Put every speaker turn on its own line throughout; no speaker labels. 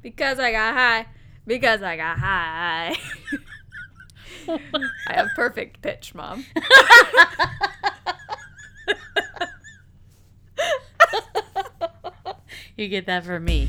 Because I got high. Because I got high. I have perfect pitch, Mom.
you get that from me.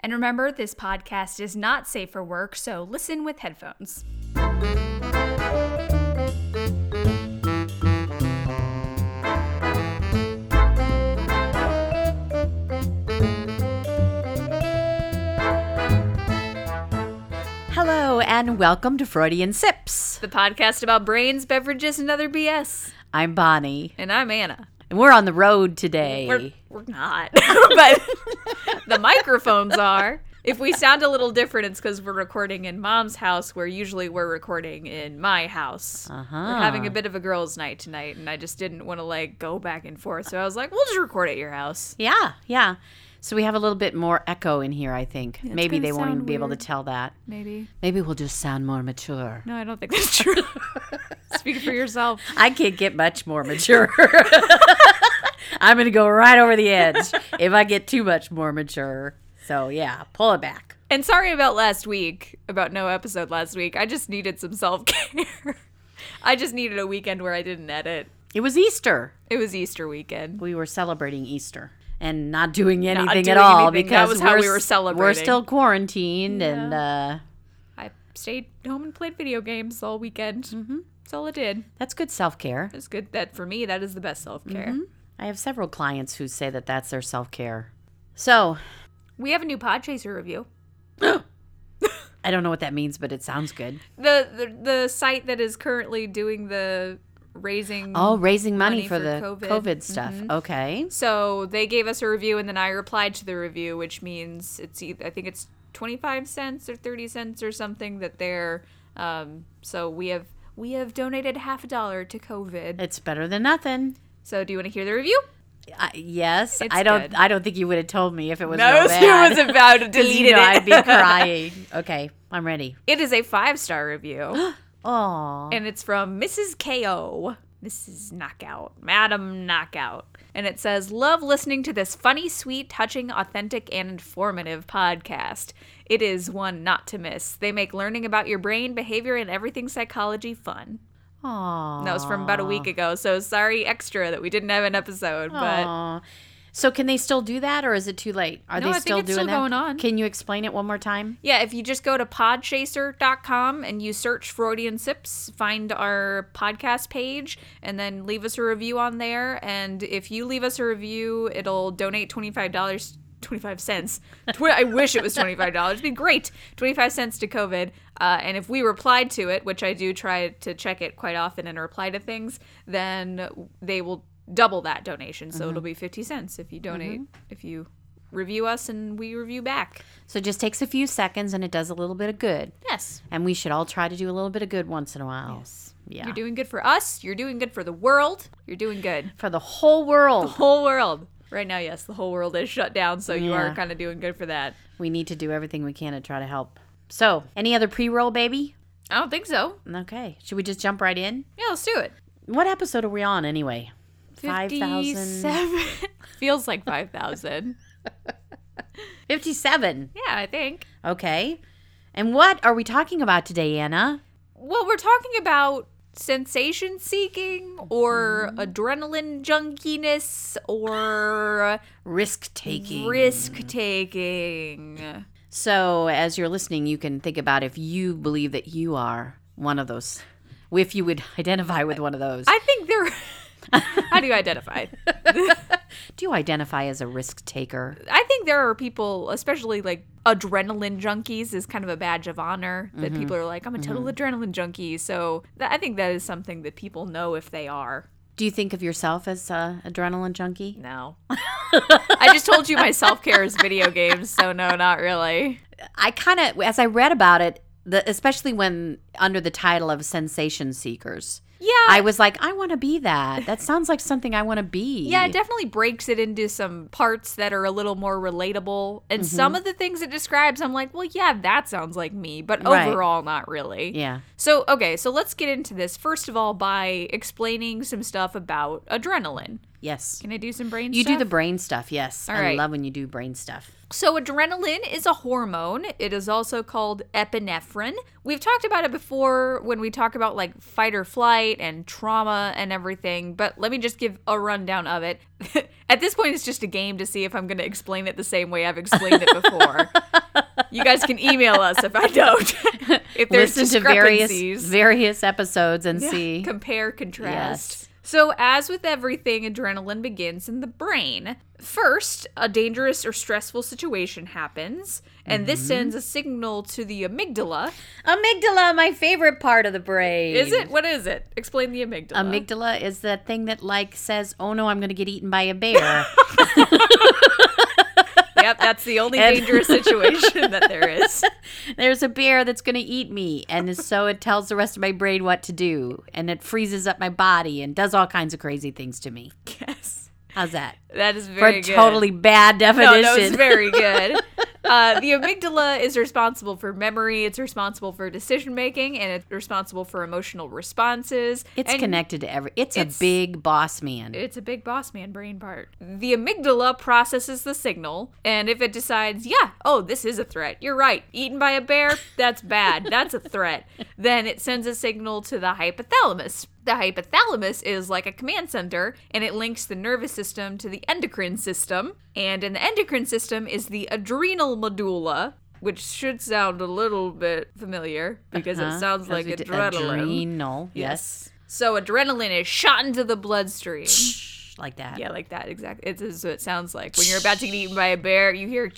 And remember, this podcast is not safe for work, so listen with headphones.
Hello, and welcome to Freudian Sips.
The podcast about brains, beverages, and other BS.
I'm Bonnie,
And I'm Anna.
and we're on the road today.
We're, we're not, but the microphones are. If we sound a little different, it's because we're recording in mom's house, where usually we're recording in my house. We're having a bit of a girls' night tonight, and I just didn't want to like go back and forth. So I was like, we'll just record at your house.
yeah, yeah. So we have a little bit more echo in here, I think. Maybe
gonna
they won't
sound
even be able to
weird.
tell that.
Maybe.
Maybe we'll just sound more mature.
No, I don't think that's true. Speak for yourself.
I can't get much more mature. I'm going to go right over the edge if I get too much more mature. So, yeah, pull it back.
And sorry about last week, about no episode last week. I just needed some self care. I just needed a weekend where I didn't edit.
It was Easter.
It was Easter weekend.
We were celebrating Easter and not doing anything at
doing
all
anything. That
because
was how
we're,
we were
s- We're
celebrating.
still quarantined and uh,
I stayed home and played video games all weekend. Mm-hmm. That's all I did.
that's good self care.
That's good. That for me, that is the best self care.
I have several clients who say that that's their self care. So,
We have a new Podchaser review.
I don't know what that means, but it sounds good.
The, the the site that is currently doing the raising.
Oh, raising money,
Money
for,
for
the
COVID. Mm-hmm.
COVID, stuff. Okay.
So they gave us a review, and then I replied to the review, which means it's either, I think it's twenty five cents or thirty cents or something that they're. Um, so we have we have donated half a dollar to COVID.
It's better than nothing.
So do you want to hear the review?
I yes,
It's
I don't.
good.
I don't think you would have told me if it was
No,
real
so it
bad.
was about to
'Cause, you
delete
know,
it.
I'd be crying. Okay, I'm ready.
It is a five star review.
Oh,
and it's from Mrs. KO. Mrs. Knockout, Madam Knockout. And it says, Love listening to this funny, sweet, touching, authentic, and informative podcast. It is one not to miss. They make learning about your brain, behavior, and everything psychology fun.
oh,
And that was from about a week ago. So sorry, extra, that we didn't have an episode. But
So can they still do that, or is it too late? Are
No,
they
I think
still
it's
doing
still
that?
going on.
Can you explain it one more time?
yeah, if you just go to podchaser.com and you search Freudian Sips, find our podcast page, and then leave us a review on there. And if you leave us a review, it'll donate $25. 25 cents. Tw- I wish it was $25. It'd be great. 25 cents to COVID. Uh, and if we replied to it, which I do try to check it quite often and reply to things, then they will double that donation. So it'll be 50 cents if you donate, if you review us and we review back.
So it just takes a few seconds, and it does a little bit of good.
Yes.
And we should all try to do a little bit of good once in a while. Yeah.
You're doing good for us. You're doing good for the world. You're doing good.
For the whole world,
Whole world. Right now, yes, the whole world is shut down, so you are
Yeah.
kind of doing good for that.
we need to do everything we can to try to help. So, any other pre-roll, baby?
I don't think so.
Okay. Should we just jump right in?
Yeah, let's do it.
What episode are we on anyway? 5,000.
57. Feels like 5,000.
57.
yeah, I think.
Okay. And what are we talking about today, Anna?
Well, we're talking about sensation seeking or adrenaline junkiness or
Risk taking.
risk taking.
so, as you're listening, you can think about if you believe that you are one of those, if you would identify with one of those.
I think there. How do you identify?
Do you identify as a risk taker?
I think there are people, especially like adrenaline junkies, is kind of a badge of honor that
Mm-hmm.
people are like, I'm a total adrenaline junkie. So that, I think that is something that people know if they are.
Do you think of yourself as a adrenaline junkie?
No. I just told you my self care is video games, so no, not really.
I kind of, as I read about it, the, especially when under the title of Sensation Seekers,
Yeah.
I was like, I want to be that. That sounds like something I want to be.
yeah, it definitely breaks it into some parts that are a little more relatable. And
Mm-hmm.
some of the things it describes, I'm like, well, yeah, that sounds like me, but
Right.
overall, not really.
Yeah.
So, okay, so let's get into this first of all by explaining some stuff about adrenaline.
Yes.
Can I do some brain
You
stuff?
do the brain stuff. Yes.
All
I
right.
love when you do brain stuff.
So, adrenaline is a hormone. It is also called epinephrine. We've talked about it before when we talk about like fight or flight and trauma and everything, but let me just give a rundown of it. At this point, it's just a game to see if I'm going to explain it the same way I've explained it before. you guys can email us if I don't. if there's
Listen to various
discrepancies.
various episodes and see.
Compare, contrast.
Yes.
So, as with everything, adrenaline begins in the brain. First, a dangerous or stressful situation happens, and this
Mm-hmm.
sends a signal to the amygdala.
Amygdala, my favorite part of the brain.
Is it? What is it? Explain the amygdala.
Amygdala is that thing that like says, "Oh no, I'm going to get eaten by a bear."
yep, that's the only
And-
dangerous situation that there is.
There's a bear that's going to eat me, and so it tells the rest of my brain what to do, and it freezes up my body and does all kinds of crazy things to me.
Yes.
How's that?
That is
For
very
a
good.
totally bad
No,
definition.
that was very good. Uh, the amygdala is responsible for memory. It's responsible for decision making, and it's responsible for emotional responses.
it's
and
connected to every. It's,
It's-
a big boss man.
It's a big boss man brain part. The amygdala processes the signal, and if it decides, yeah, oh, this is a threat, you're right, eaten by a bear, that's bad, that's a threat, then it sends a signal to the hypothalamus. The hypothalamus is like a command center, and it links the nervous system to the endocrine system. And in the endocrine system is the adrenal medulla. Which should sound a little bit familiar because
Huh?
it Uh-huh. sounds like
with
adrenaline.
Adrenal. Yes.
So adrenaline is shot into the bloodstream.
Like that.
Yeah, like that exactly. It's, it's what it sounds like when you're about to get eaten by a bear. You hear,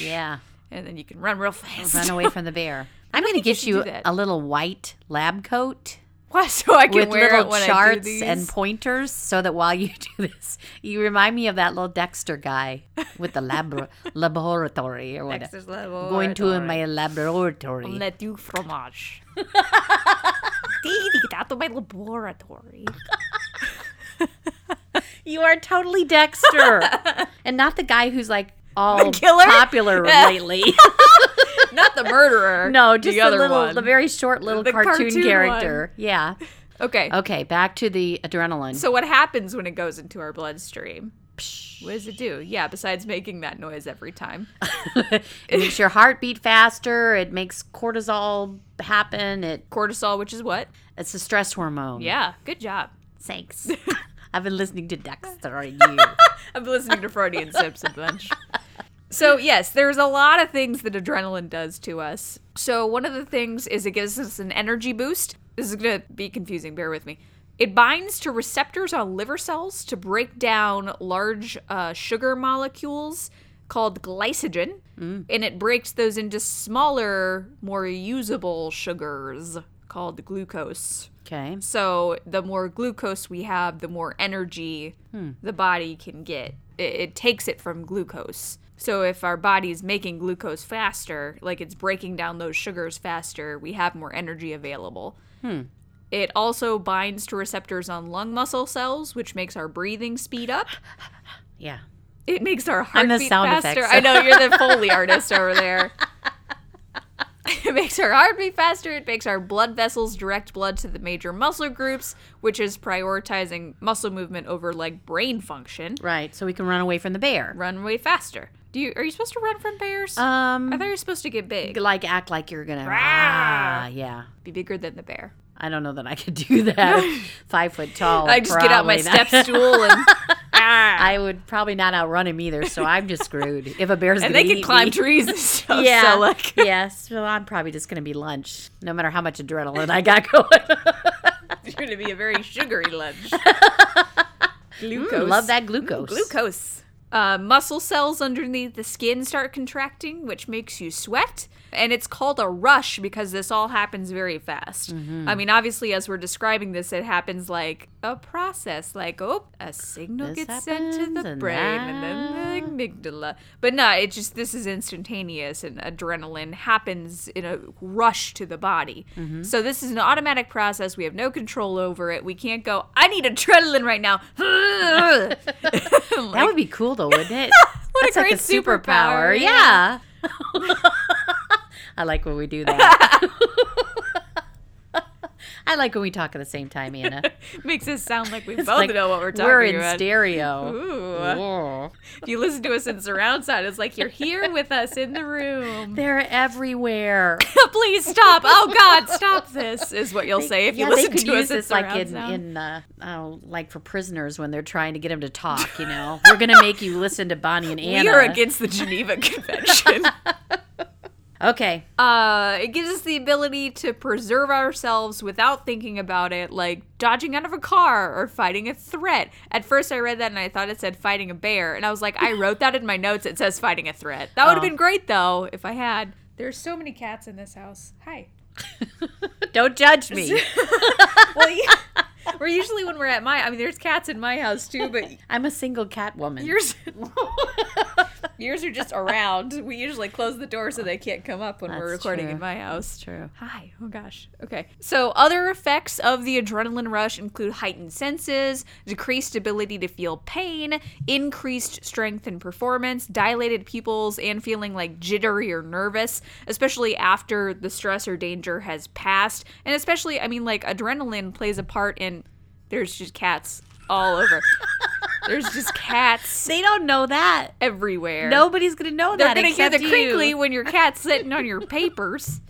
Yeah.
and then you can run real fast.
Run away from the bear. I'm going to
think you
get
should
you
do that.
a little white lab coat
Why? So I can
with
wear it
little
when I do
charts
these.
and pointers so that while you do this, you remind me of that little Dexter guy with the lab- laboratory or whatever.
Dexter's level.
Going to my laboratory.
Let do fromage. Get out of my laboratory.
You are totally Dexter. and not the guy who's like all
killer?
popular lately.
Not the murderer.
no, just
the
the,
other
little,
one.
the very short little
The
cartoon,
cartoon
character. Yeah.
okay.
Okay, back to the adrenaline.
So what happens when it goes into our bloodstream? What does it do? Yeah, besides making that noise every time.
it makes your heart beat faster. It makes cortisol happen. It
Cortisol, which is what?
it's a stress hormone.
Yeah, good job.
Thanks. I've been listening to Dexter and you.
I'm listening to Freudian Sips a bunch. So, yes, there's a lot of things that adrenaline does to us. So, one of the things is it gives us an energy boost. This is going to be confusing, bear with me. It binds to receptors on liver cells to break down large uh, sugar molecules called glycogen, and it breaks those into smaller, more usable sugars called glucose.
Okay.
So the more glucose we have, the more energy the body can get. It, it takes it from glucose. So if our body's making glucose faster, like it's breaking down those sugars faster, we have more energy available. It also binds to receptors on lung muscle cells, which makes our breathing speed up.
Yeah.
It makes our
I'm the
heartbeat
sound
faster.
effects.
I know you're the Foley artist over there. It makes our heartbeat faster. It makes our blood vessels direct blood to the major muscle groups, which is prioritizing muscle movement over like brain function.
Right. So we can run away from the bear.
Run way faster. Do you are you supposed to run from bears? I
Um
thought you're supposed to get big,
like act like you're gonna
Rah!
ah, yeah.
be bigger than the bear.
I don't know that I could do that. Five foot tall.
I just get out my
probably not.
step stool and ah,
I would probably not outrun him either, so I'm just screwed. If a bear's
and
gonna
they can
eat
climb
me.
trees and stuff.
yeah,
So like,
yeah. So I'm probably just gonna be lunch, no matter how much adrenaline I got going.
it's going to be a very sugary lunch.
Mm, love that glucose.
Glucose. Uh, muscle cells underneath the skin start contracting, which makes you sweat. And it's called a rush because this all happens very fast.
Mm-hmm.
I mean, obviously, as we're describing this, it happens like a process, like, oh, a signal
This
gets sent to
happens
the
and
brain and then the amygdala. But no, it's just this is instantaneous and adrenaline happens in a rush to the body.
Mm-hmm.
So this is an automatic process. We have no control over it. We can't go, I need adrenaline right now.
That would be cool though, wouldn't it?
What a
That's like
great superpower,
Yeah. I like when we do that. I like when we talk at the same time, Anna.
Makes us sound like we both
Like,
know what we're talking
We're in
about.
stereo.
Ooh.
Whoa.
If you listen to us in surround sound, it's like you're here with us in the room.
They're everywhere.
Please stop. Oh God, stop this is what you'll say if you
yeah,
listen
they could
to
use
us in
this like
surround
in,
sound.
in uh, oh, like for prisoners when they're trying to get them to talk. You know, we're gonna make you listen to Bonnie and Anna.
we are against the Geneva Convention.
okay.
uh, it gives us the ability to preserve ourselves without thinking about it, like dodging out of a car or fighting a threat. At first, I read that and I thought it said fighting a bear, and I was like, I wrote that in my notes. It says fighting a threat. That would have
Oh.
been great though if I had. There's so many cats in this house. Hi.
Don't judge me.
Well, yeah. we're usually when we're at my. I mean, there's cats in my house too, but
I'm a single cat woman.
yours, yours are just around. We usually close the door so they can't come up when we're
That's
recording
true.
in my house.
True.
Hi. Oh gosh. Okay. So other effects of the adrenaline rush include heightened senses, decreased ability to feel pain, increased strength and performance, dilated pupils, and feeling like jittery or nervous, especially after the stress or danger has passed. And especially, I mean, like adrenaline plays a part in. There's just cats all over. There's just cats
They don't know that.
everywhere.
Nobody's gonna know
They're
that.
gonna hear
except
the
you.
crinkly when your cat's sitting on your papers.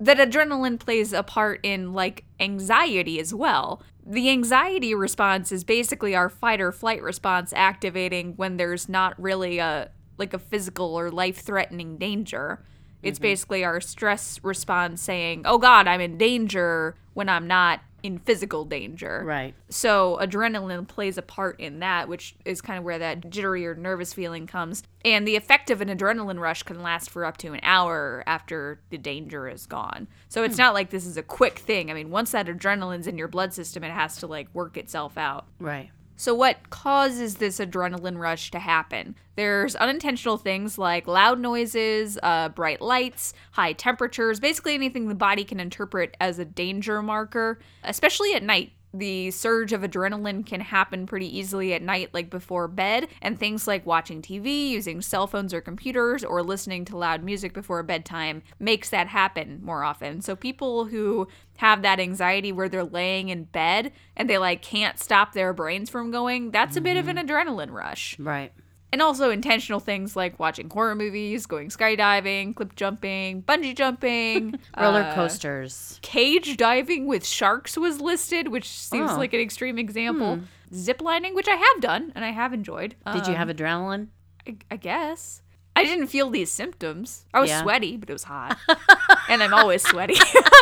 that adrenaline plays a part in like anxiety as well. The anxiety response is basically our fight or flight response activating when there's not really a like a physical or life-threatening danger. It's
Mm-hmm.
basically our stress response saying, "Oh god, I'm in danger" when I'm not in physical danger.
Right.
So adrenaline plays a part in that, which is kind of where that jittery or nervous feeling comes. And the effect of an adrenaline rush can last for up to an hour after the danger is gone. So it's not like this is a quick thing. I mean, once that adrenaline's in your blood system, it has to like work itself out.
Right.
So, what causes this adrenaline rush to happen? There's unintentional things like loud noises, uh, bright lights, high temperatures, basically anything the body can interpret as a danger marker, especially at night. The surge of adrenaline can happen pretty easily at night, like before bed, and things like watching TV, using cell phones or computers, or listening to loud music before bedtime makes that happen more often. So, people who have that anxiety where they're laying in bed and they like can't stop their brains from going, that's a bit of an adrenaline rush.
Right.
And also intentional things like watching horror movies, going skydiving, clip jumping, bungee jumping,
Roller
uh,
coasters.
cage diving with sharks was listed, which seems
Oh.
like an extreme example. Zip lining, which I have done and I have enjoyed.
Did you have adrenaline?
I, I guess. I didn't feel these symptoms. I was
Yeah.
sweaty, but it was hot. and I'm always sweaty.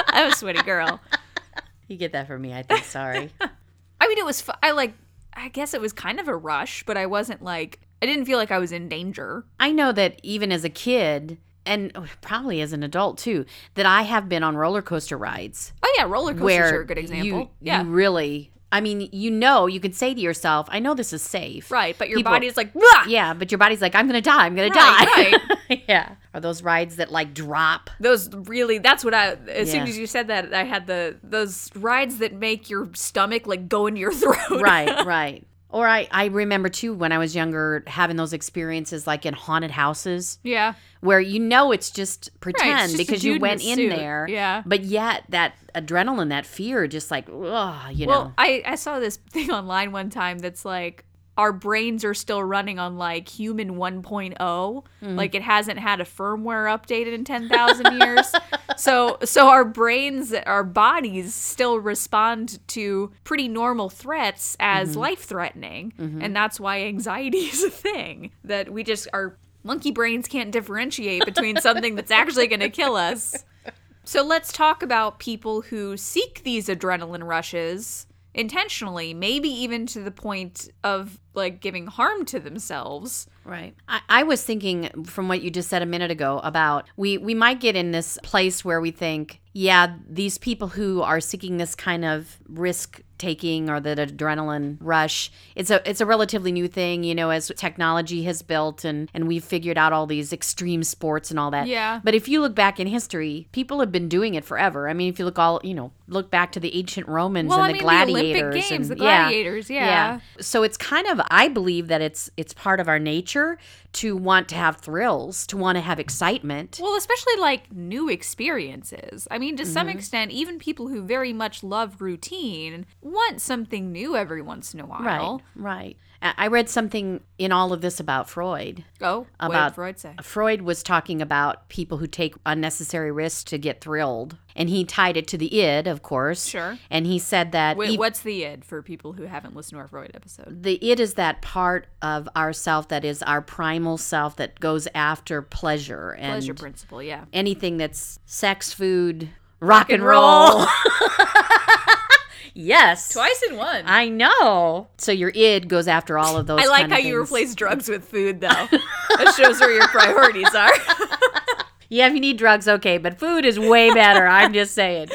I'm a sweaty girl.
You get that from me, I think. Sorry.
I mean, it was. Fu- I like. I guess it was kind of a rush, but I wasn't like. I didn't feel like I was in danger.
I know that even as a kid, and probably as an adult too, that I have been on roller coaster rides
Oh yeah, roller coasters
where
are a good example.
You,
yeah,
you really. I mean, you know, you can say to yourself, "I know this is safe."
right. But your
people-
body's like, "Wah!"
Yeah, but your body's like, "I'm gonna die. I'm gonna
Right,
die." yeah. Are those rides that like drop?
those really. That's what I. As soon
Yeah.
as you said that, I had the those rides that make your stomach like go into your throat.
right right or I, I remember too when i was younger having those experiences like in haunted houses
Yeah.
where you know it's just pretend
Right, it's just a
because
dude
you
in a
went in
suit.
there
Yeah.
but yet that adrenaline that fear just like oh you
Well,
know
I I saw this thing online one time that's like our brains are still running on like human 1.0
Mm.
like it hasn't had a firmware updated in 10,000 years so so our brains our bodies still respond to pretty normal threats as
Mm-hmm.
life threatening and that's why anxiety is a thing that we just our monkey brains can't differentiate between something that's actually going to kill us so let's talk about people who seek these adrenaline rushes intentionally, maybe even to the point of like giving harm to themselves.
Right. I, I was thinking from what you just said a minute ago about we, we might get in this place where we think, yeah, these people who are seeking this kind of risk taking or that adrenaline rush, it's a it's a relatively new thing, you know, as technology has built and, and we've figured out all these extreme sports and all that.
Yeah.
But if you look back in history, people have been doing it forever. I mean, if you look all you know, look back to the ancient Romans
Well,
and
I
the
mean, the
gladiators.
Olympic Games,
and,
the
yeah.
gladiators, yeah.
So it's kind of I believe that it's it's part of our nature to want to have thrills, to want to have excitement.
Well, especially like new experiences. I mean, to some
Mm-hmm.
extent, even people who very much love routine want something new every once in a while.
Right. I I read something in all of this about Freud.
Oh, what did
About-
Freud say?
Freud was talking about people who take unnecessary risks to get thrilled, and he tied it to the id, of course.
Sure.
And he said that
Wait,
ev-
what's the id for people who haven't listened to our Freud episode?
the id is that part of ourself that is our primal self that goes after pleasure and
Pleasure principle, yeah.
anything that's sex, food, rock, and
and
roll.
roll.
yes.
Twice in one. I,
I know. So your id goes after all of those.
like
kind
how
of
you
things.
replace drugs with food, though. that shows where your priorities are.
Yeah, if you need drugs, okay, but food is way better. I'm just saying.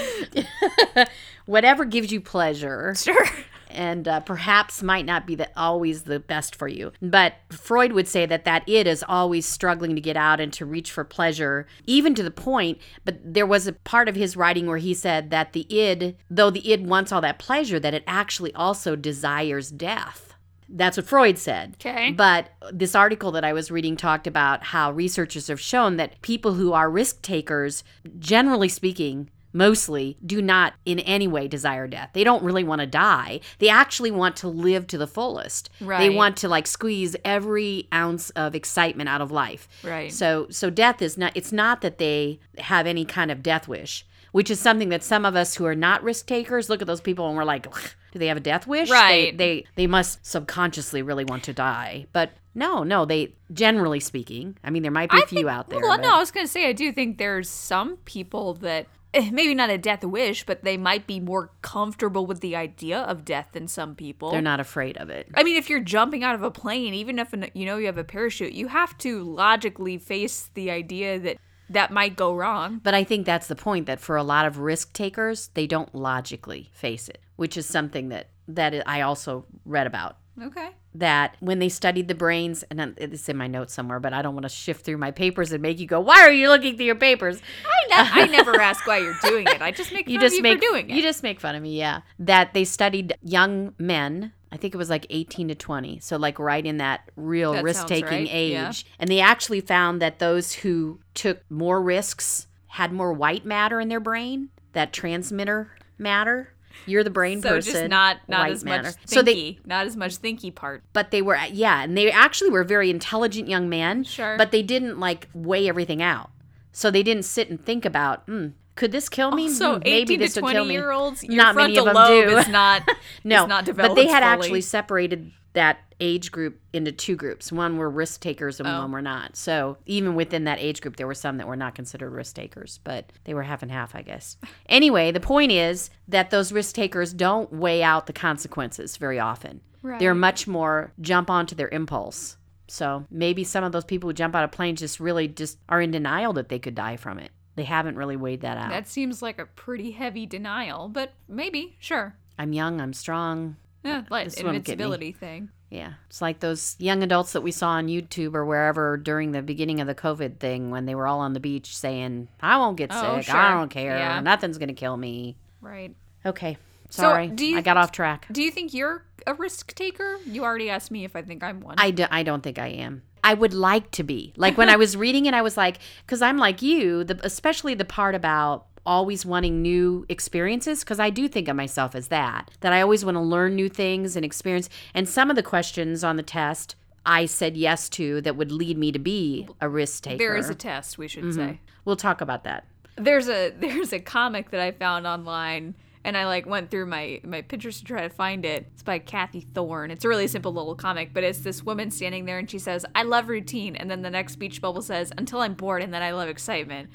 Whatever gives you pleasure
sure.
and uh, perhaps might not be the, always the best for you. But Freud would say that that it is always struggling to get out and to reach for pleasure, even to the point. But there was a part of his writing where he said that the id, though the id wants all that pleasure, that it actually also desires death. That's what Freud said.
Okay.
But this article that I was reading talked about how researchers have shown that people who are risk takers, generally speaking, mostly do not in any way desire death. They don't really want to die. They actually want to live to the fullest. They
Right.
want to like squeeze every ounce of excitement out of life.
Right.
So so death is not it's not that they have any kind of death wish, which is something that some of us who are not risk takers look at those people and we're like, do they have a death wish? They-
Right.
They they, must subconsciously really want to die. But no, no, they generally speaking, I mean there might be a few out there.
Well,
but-
no, I was going to say, I do think there's some people that eh, maybe not a death wish, but they might be more comfortable with the idea of death than some people.
They're not afraid of it.
I mean, if you're jumping out of a plane, even if an, you know you have a parachute, you have to logically face the idea that that might go wrong.
But I think that's the point that for a lot of risk takers, they don't logically face it, which is something that that I also read about
Okay.
that when they studied the brains, and it's in my notes somewhere, but I don't want to shift through my papers and make you go, "Why are you looking through your papers?"
I, ne- I never ask why you're doing it. I just make fun
You just
of you
make
for doing it.
you just make fun of me. Yeah, that they studied young men. I think it was like 18 to 20, so like right in that real
That
risk taking
sounds right,
age.
yeah.
And they actually found that those who took more risks had more white matter in their brain, that transmitter matter. You're the brain
so
person.
just not not
white
as
matter.
much thinky,
So they
not as much thinky part.
but they were yeah and they actually were very intelligent young men
Sure.
but they didn't like weigh everything out so they didn't sit and think about mm, could this kill me
Oh, So
Hmm,
eighteen to
will
twenty year olds, your
Not many
frontal
of 'em
lobe
do.
is not
no
is
but
not developed.
they had
fully.
actually separated that age group into two groups one were risk takers and
Oh.
one were not so even within that age group there were some that were not considered risk takers but they were half and half i guess anyway the point is that those risk takers don't weigh out the consequences very often they're
Right.
much more jump onto their impulse so maybe some of those people who jump out of planes just really just are in denial that they could die from it they haven't really weighed that out
That seems like a pretty heavy denial, but maybe sure.
i'm young i'm strong
Yeah, like
This won't get me.
invincibility thing.
Yeah. It's like those young adults that we saw on YouTube or wherever during the beginning of the COVID thing when they were all on the beach saying, I won't get
Oh,
sick. I
sure.
don't care.
Yeah.
Nothing's going to kill me.
Right.
Okay.
So,
Sorry.
do you-
I got off track.
Do you think you're a risk taker? You already asked me if I think I'm one.
I, do, I don't think I am. I would like to be. Like when I was reading it, I was like, because I'm like you, the, especially the part about always wanting new experiences, because I do think of myself as that, that I always want to learn new things and experience. And some of the questions on the test, I said yes to that would lead me to be a risk taker.
there is a
Mm-hmm.
test we should say.
we'll talk about that.
There's a there's a comic that I found online and I like went through my my pictures to try to find it. It's by Kathy Thorne. It's a really simple little comic, but it's this woman standing there and she says, "I love routine," and then the next speech bubble says, "Until I'm bored," and then I love excitement,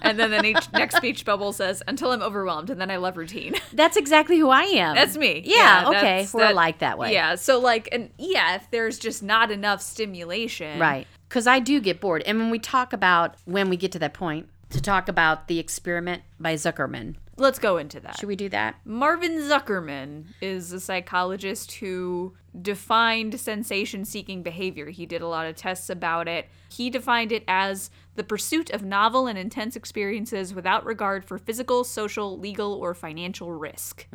and then the next, next speech bubble says, "Until I'm overwhelmed," and then I love routine.
That's exactly who I am.
That's me.
Yeah.
Yeah,
okay.
that's-
We're
that-
alike that way.
yeah. So like, and yeah, if there's just not enough stimulation,
Right. Because I do get bored. And when we talk about, when we get to that point, to talk about the experiment by Zuckerman,
Let's go into that.
should we do that?
Marvin Zuckerman is a psychologist who defined sensation seeking behavior. He did a lot of tests about it. He defined it as the pursuit of novel and intense experiences without regard for physical, social, legal, or financial risk.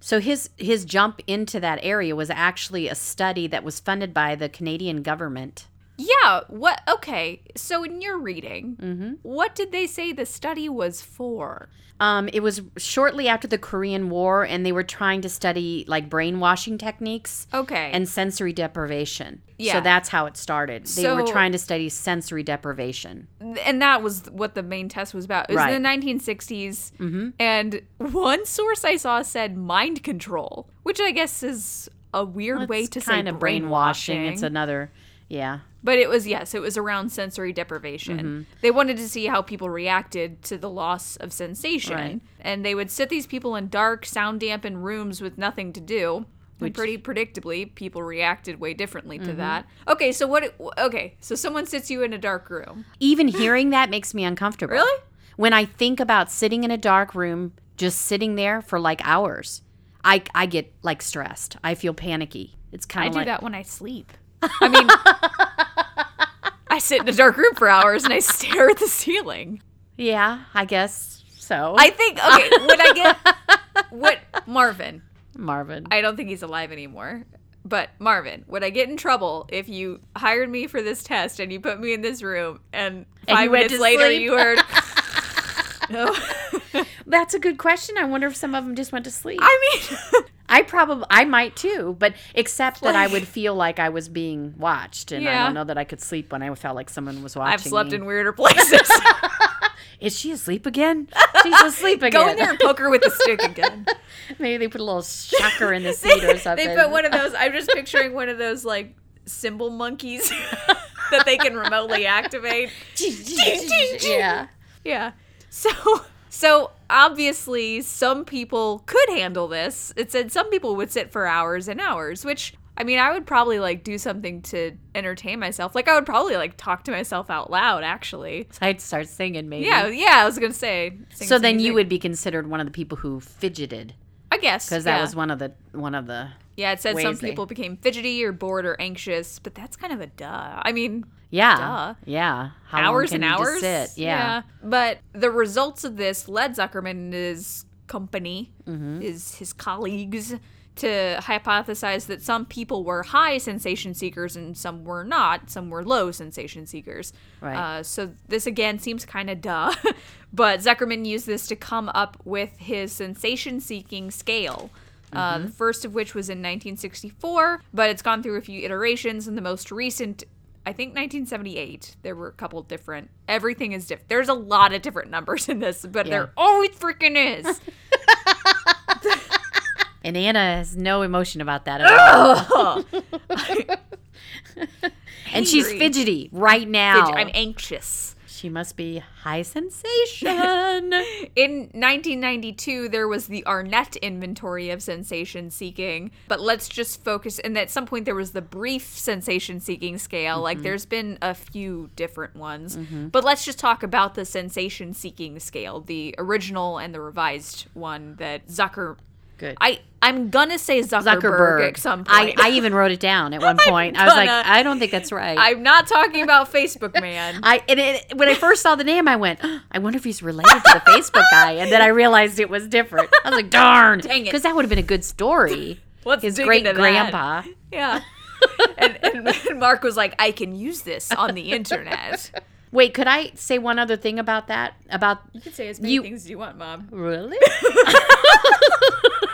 So his his jump into that area was actually a study that was funded by the Canadian government.
Yeah, what okay. So in your reading, what did they say the study was for?
Um, it was shortly after the Korean War, and they were trying to study like brainwashing techniques
Okay.
and sensory deprivation.
Yeah.
So that's how it started. They were
So-
trying to study sensory deprivation.
and that was what the main test was about. It was in the 1960s,
Mm-hmm.
and one source I saw said mind control, which I guess is a weird way to say
kind of brainwashing. It's
brainwashing.
another, yeah.
but it was yes, it was around sensory deprivation.
Mm-hmm.
They wanted to see how people reacted to the loss of sensation,
Right.
and they would sit these people in dark, sound dampened rooms with nothing to do. And pretty predictably, people reacted way differently to
Mm-hmm.
that. Okay, so what? Okay, so someone sits you in a dark room.
Even hearing that makes me uncomfortable.
Really?
When I think about sitting in a dark room, just sitting there for like hours, I, I get like stressed. I feel panicky. It's kind
I
of
do
like,
that when I sleep. I mean, I sit in a dark room for hours and I stare at the ceiling.
Yeah, I guess so.
I think okay, when I get what Marvin,
Marvin.
I don't think he's alive anymore. But Marvin, would I get in trouble if you hired me for this test and you put me in this room and
And
five
you went
minutes
to
later
sleep?
you heard? no,
That's a good question. I wonder if some of them just went to sleep. I,
I mean,
probably, I might too, but except that I
Like-
would feel like I was being watched, and I
Yeah.
don't know that I could sleep when I felt like someone was watching.
I've slept
me.
in weirder places.
Is she asleep again? She's asleep again.
Go in there and poke her with a stick again.
Maybe they put a little shocker in the seat or something.
They put one of those. I'm just picturing one of those like symbol monkeys that they can remotely activate.
yeah.
Yeah. So so obviously some people could handle this. It said some people would sit for hours and hours, which I mean I would probably like do something to entertain myself. Like I would probably like talk to myself out loud actually.
I'd start singing maybe.
Yeah, yeah, I was going to say. sing
So
some
then you
music.
would be considered one of the people who fidgeted
I guess
because that
yeah.
was one of the one of the
Yeah, it said some
ways they-
people became fidgety or bored or anxious, but that's kind of a duh. I mean,
yeah
Duh.
yeah How long
hours
can
and
you just
hours.
sit? Yeah.
But the results of this led Zuckerman and his company,
Mm-hmm.
his his colleagues, to hypothesize that some people were high sensation seekers and some were not. Some were low sensation seekers.
Right.
Uh, so this again seems kind of duh, but Zuckerman used this to come up with his sensation seeking scale. Uh, the first of which was in 1964, but it's gone through a few iterations, and the most recent I think 1978. There were a couple different. Everything is different. There's a lot of different numbers in this, but there always freaking is.
And Anna has no emotion about that at all.
Ugh.
And she's
Angry.
fidgety right now.
I'm anxious.
she must be high sensation.
In 1992, there was the Arnett inventory of sensation seeking, but let's just focus. And at some point, there was the brief sensation seeking scale.
Mm-hmm.
Like, there's been a few different ones, but let's just talk about the sensation seeking scale, the original and the revised one that Zucker
Good.
I I'm gonna say Zuckerberg,
Zuckerberg.
at some
I,
point.
I even wrote it down at one point. I was like,
gonna-
I don't think that's right. I,
I, am not talking about Facebook man.
and it, when I first saw the name, I went, "Oh, I wonder if he's related to the Facebook guy. And then I realized it was different. I was like, darn.
Dang it.
Because that would have been a good story.
Let's
His
dig
great
into that.
grandpa.
Yeah. and, and, and Mark was like, I can use this on the internet.
Wait, could I say one other thing about that? About
You can say as
many You-
things as you want, Mom.
really?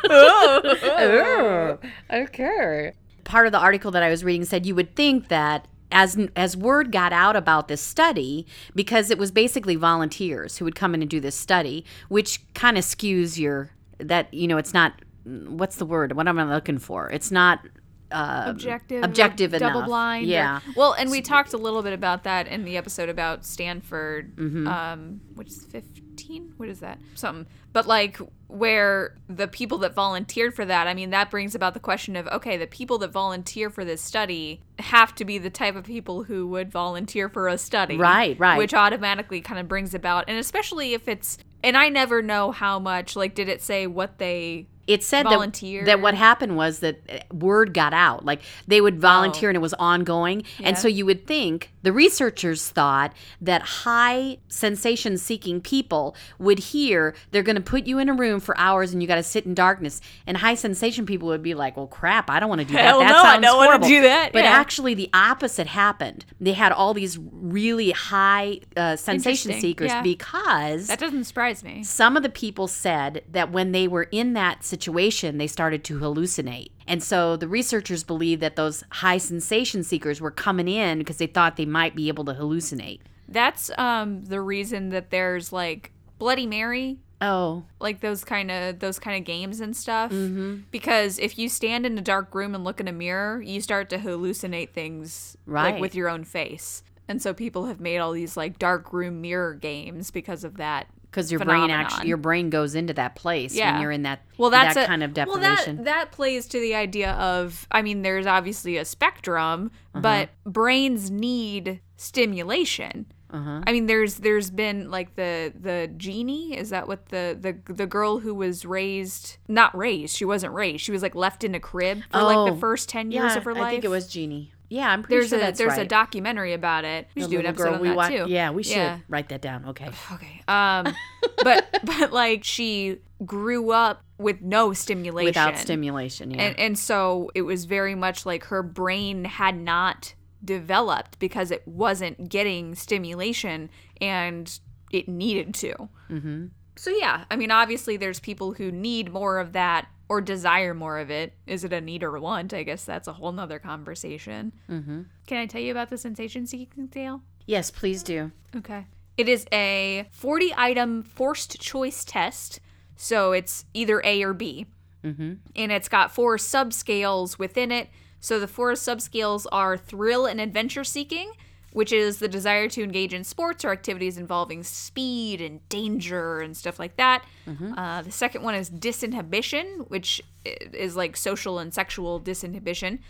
oh.
Oh, okay. Part of the article that I was reading said you would think that as as word got out about this study, because it was basically volunteers who would come in and do this study, which kind of skews your that you know it's not what's the word what am i looking for it's not uh,
objective,
objective
or double
enough.
blind. or-
Yeah.
well, and we talked a little bit about that in the episode about Stanford,
Mm-hmm.
um, which is fifteen. What is that? Something. But like where the people that volunteered for that, I mean, that brings about the question of okay, the people that volunteer for this study have to be the type of people who would volunteer for a study,
Right, right.
Which automatically kind of brings about, and especially if it's. And I never know how much. Like, did it say what they?
it said that,
Volunteer.
that what happened was that uh, word got out like they would volunteer and it was ongoing and
Oh. Yeah.
so you would think the researchers thought that high sensation seeking people would hear they're going to put you in a room for hours and you got to sit in darkness and high sensation people would be like well crap i don't want to do that
Hell
that
no, I
sounds
don't wanna
horrible."
do that.
but
Yeah.
actually the opposite happened they had all these really high uh, sensation
Interesting.
seekers
Yeah.
because
That doesn't surprise me.
some of the people said that when they were in that situation, they started to hallucinate. And so the researchers believe that those high sensation seekers were coming in because they thought they might be able to hallucinate.
That's um the reason that there's like Bloody Mary,
Oh,
like those kind of those kind of games and stuff.
Mm-hmm.
Because if you stand in a dark room and look in a mirror, you start to hallucinate things
Right.
like with your own face. And so people have made all these like dark room mirror games because of that.
because your brain
Phenomenon.
actually your brain goes into that place
Yeah.
when you're in that
Well, that's
that
a-
kind of
well, that-
deprivation.
that, plays to the idea of I mean, there's obviously a spectrum,
Uh-huh.
but brains need stimulation.
uh-huh.
I mean, there's there's been like the the genie. Is that what the the the girl who was raised not raised? She wasn't raised. She was like left in a crib for like
Oh.
the first ten years of her life.
I think it was Genie. Yeah, I'm pretty
There's
sure
a
that's
there's
right.
a documentary about it. We
The
should do an
little
episode
girl
on
we
that
wa-
too.
Yeah, we should
Yeah.
write that down. Okay.
Okay. Um, but but like she grew up with no stimulation.
Without stimulation, yeah.
And, and so it was very much like her brain had not developed because it wasn't getting stimulation and it needed to. Mm-hmm. So, yeah, I mean, obviously, there's people who need more of that or desire more of it. Is it a need or a want? I guess that's a whole nother conversation. Mm-hmm. Can I tell you about the sensation seeking tale?
yes, please do.
Okay. It is a 40 item forced choice test. So it's either A or B. Mm-hmm. And it's got four subscales within it. So the four subscales are thrill and adventure seeking, which is the desire to engage in sports or activities involving speed and danger and stuff like that. Uh, the second one is disinhibition, which i- is like social and sexual disinhibition.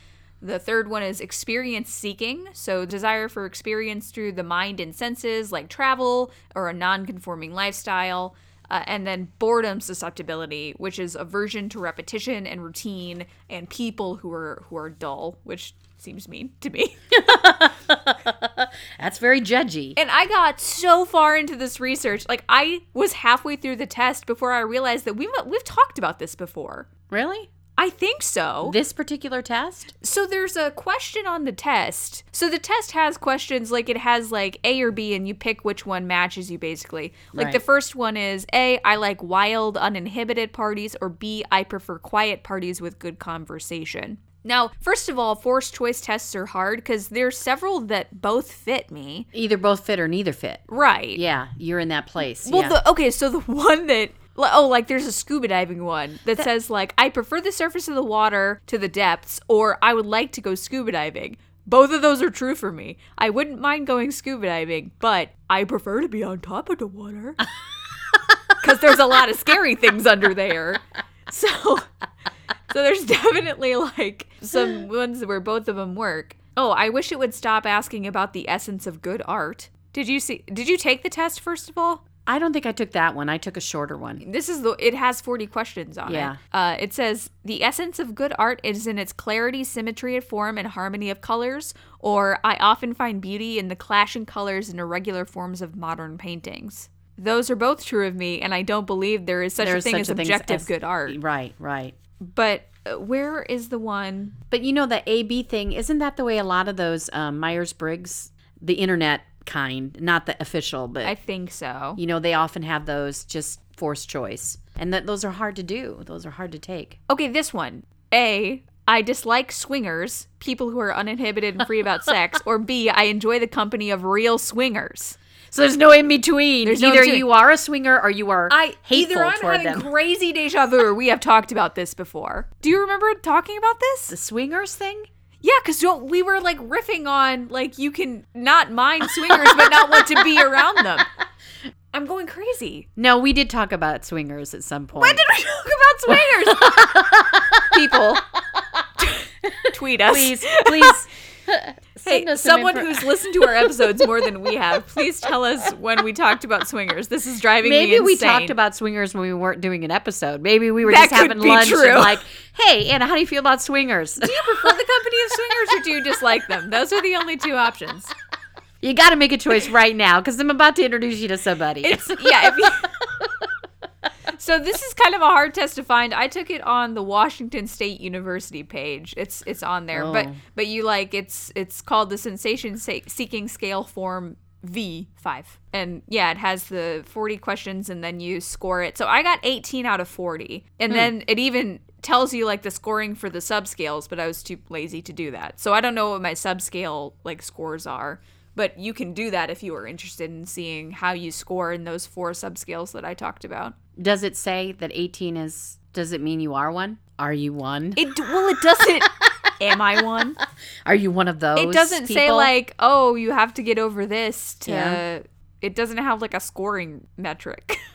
The third one is experience seeking, so desire for experience through the mind and senses, like travel or a non conforming lifestyle. Uh, and then boredom susceptibility, which is aversion to repetition and routine and people who are who are dull, which seems mean to me.
That's very judgy.
And I got so far into this research, like I was halfway through the test before I realized that we have we've talked about this before.
really?
I think so.
This particular test?
So there's a question on the test. So the test has questions like it has like A or B and you pick which one matches you basically. Like
Right.
the first one is A, I like wild uninhibited parties or B, I prefer quiet parties with good conversation. Now, first of all, forced choice tests are hard cuz there's several that both fit me.
Either both fit or neither fit.
Right.
Yeah, you're in that place.
Well,
yeah.
the okay, so the one that li- oh, like there's a scuba diving one that, says like I prefer the surface of the water to the depths, or I would like to go scuba diving. Both of those are true for me. I wouldn't mind going scuba diving, but I prefer to be on top of the water because there's a lot of scary things under there. So, so there's definitely like some ones where both of them work. Oh, I wish it would stop asking about the essence of good art. Did you see? Did you take the test first of all?
I don't think I took that one. I took a shorter one.
This is the it has 40 questions on
Yeah.
it. Uh, it says the essence of good art is in its clarity, symmetry of form, and harmony of colors. Or I often find beauty in the clashing colors and irregular forms of modern paintings. Those are both true of me, and I don't believe there is such a
There's
thing
such
as
a thing as
objective
es-
good art.
Right, right.
But uh, where is the one?
But you know the AB thing isn't that the way a lot of those um, Myers Briggs, the internet kind, not the official, but
I think so.
you know they often have those just forced choice, and that those are hard to do. Those are hard to take.
Okay, this one. A. I dislike swingers, people who are uninhibited and free about sex, or B. I enjoy the company of real swingers.
So there's no in between.
There's no
either
in-between.
you are a swinger or you are
I
hateful
either I'm
toward
having
them.
crazy deja vu or we have talked about this before. Do you remember talking about
the
this?
swingers thing?
Yeah, because we were like riffing on like you can not mind swingers but not want to be around them. I'm going crazy.
No, we did talk about swingers at some point.
When did we talk about swingers? People, tweet us.
please, please.
Hey,
send us some
someone
info-
who's listened to our episodes more than we have, please tell us when we talked about swingers. This is driving me
Maybe
insane.
we talked about swingers when we weren't doing an episode. Maybe we were
That
just
could
having
be
lunch
true.
and like, "Hey, Anna, how do you feel about swingers?"
Do you prefer the company of swingers or do you dislike them? Those are the only two options.
you got to make a choice right now because I'm about to introduce you to somebody.
It's yeah. If you... so this is kind of a hard test to find. I took it on the Washington State University page. It's it's on there, but
Oh.
but you like it's it's called the sensation Se- seeking scale form V five, and yeah, it has the forty questions, and then you score it. So I got eighteen out of forty, and then it even tells you like the scoring for the subscales, but I was too lazy to do that. So I don't know what my subscale like scores are but you can do that if you are interested in seeing how you score in those four subscales that I talked about.
Does it say that 18 is? Does it mean you are one? Are you one?
It well, it doesn't. am I one?
Are you one of those?
It doesn't say
people?
like, oh, you have to get over this to.
Yeah.
It doesn't have like a scoring metric.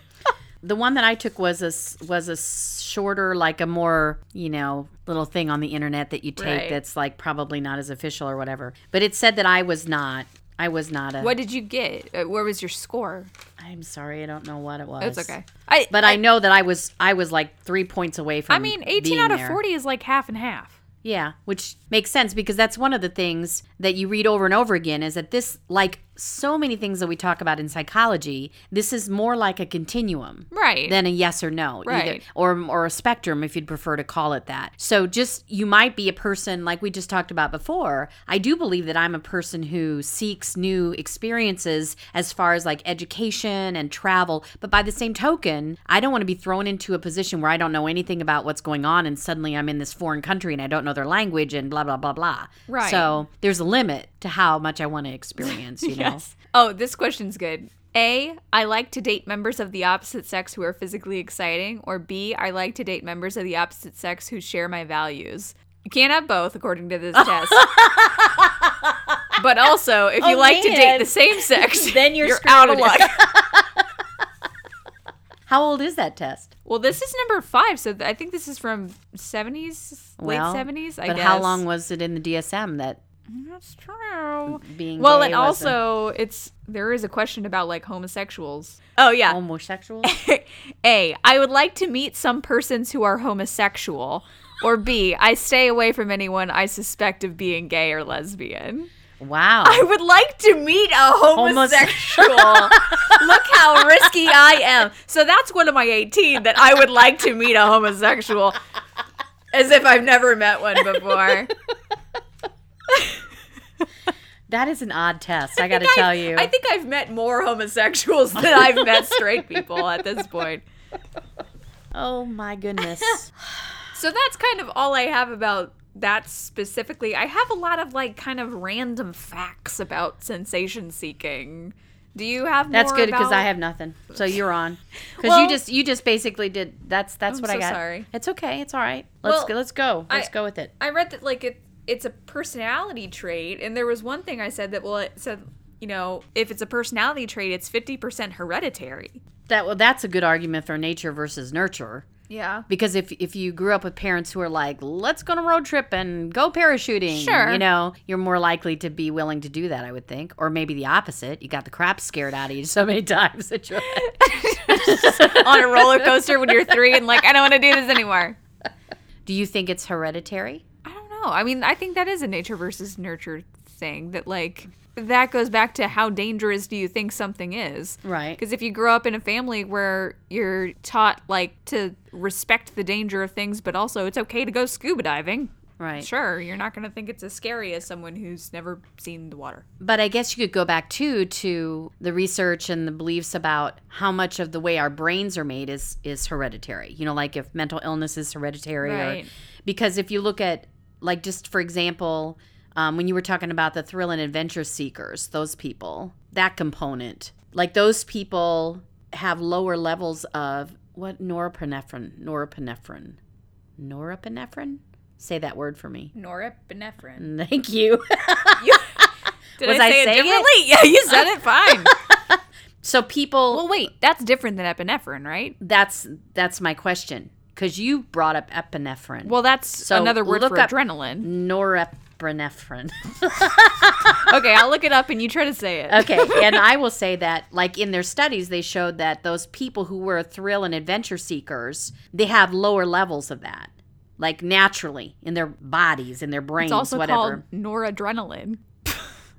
the one that I took was a s- was a s- shorter, like a more you know little thing on the internet that you take
Right.
that's like probably not as official or whatever. But it said that I was not. I was not a.
what did you get? Uh, Where was your score?
I'm sorry, I don't know what it was.
It's okay. I
But I know that I was I was like three points away from.
I mean, eighteen
being
out of
there.
forty is like half and half.
Yeah, which makes sense because that's one of the things that you read over and over again is that this, like so many things that we talk about in psychology, this is more like a continuum.
Right.
Than a yes or no, either-
Right.
or or a spectrum, if you'd prefer to call it that. So, just you might be a person like we just talked about before. I do believe that I'm a person who seeks new experiences as far as like education and travel. But by the same token, I don't want to be thrown into a position where I don't know anything about what's going on, and suddenly I'm in this foreign country and I don't know their language and blah blah blah blah.
Right.
So there's a limit to how much I want to experience. You know.
Oh, this question's good. A, I like to date members of the opposite sex who are physically exciting, or B, I like to date members of the opposite sex who share my values. You can't have both, according to this test. but also, if you
Oh,
like to date
man.
the same sex,
Then you're
out of luck.
screwed. How old is that test?
well, this is number five, so th- I think this is from seventies,
Well,
late seventies. I
but
guess.
how long was it in the DSM that
That's true.
being
Well,
gay
and
was a
also, it's there is a question about like homosexuals. Oh yeah,
homosexual?
A. I would like to meet some persons who are homosexual. Or B. I stay away from anyone I suspect of being gay or lesbian.
wow.
I would like to meet a homosexual. Look how risky I am. So that's one of my 18 that I would like to meet a homosexual. As if I've never met one before.
that is an odd test. I, got to
think
tell
I've-
you.
I think I've met more homosexuals than I've met straight people at this point.
oh my goodness.
So that's kind of all I have about that specifically. I have a lot of like kind of random facts about sensation seeking. Do you have
That's
more
good because I
about-
have nothing. So you're on. Because
Well-
you just you just basically did. That's that's
I'm
what
so
I got.
sorry.
It's okay. It's all right. Let's
Well,
go, let's go.
I-
Let's go with it.
I read that like it it's a personality trait and there was one thing I said that well it said you know, if it's a personality trait, it's 50% hereditary.
That well, that's a good argument for nature versus nurture.
Yeah.
because if if you grew up with parents who are like let's go on a road trip and go parachuting
Sure.
you know you're more likely to be willing to do that i would think or maybe the opposite you got the crap scared out of you so many times that you're like-
On a roller coaster when you're three and like, I don't want to do this anymore.
do you think it's hereditary
I don't know. I mean, I think that is a nature versus nurture thing that like that goes back to how dangerous do you think something is?
right
Because if you grow up in a family where you're taught like to respect the danger of things, but also it's okay to go scuba diving.
right
Sure, you're not going to think it's as scary as someone who's never seen the water.
But I guess you could go back too to the research and the beliefs about how much of the way our brains are made is is hereditary. You know, like if mental illness is hereditary,
Right.
or, because if you look at like just for example, um, when you were talking about the thrill and adventure seekers, those people, that component Like those people have lower levels of what norepinephrine, norepinephrine, norepinephrine. Say that word for me.
Norepinephrine.
Thank you.
Did
Was
I
I
say it
saying it?
differently? Yeah, you said it fine.
so people.
well, wait, that's different than epinephrine, right?
that's that's my question because you brought up epinephrine.
Well, that's
So
another word
look
for
up-
adrenaline.
norepinephrine.
Okay, I'll look it up and you try to say it.
Okay, and I will say that, like in their studies, they showed that those people who were thrill and adventure seekers, they have lower levels of that, like naturally in their bodies, in their brains,
It's also
whatever.
called noradrenaline.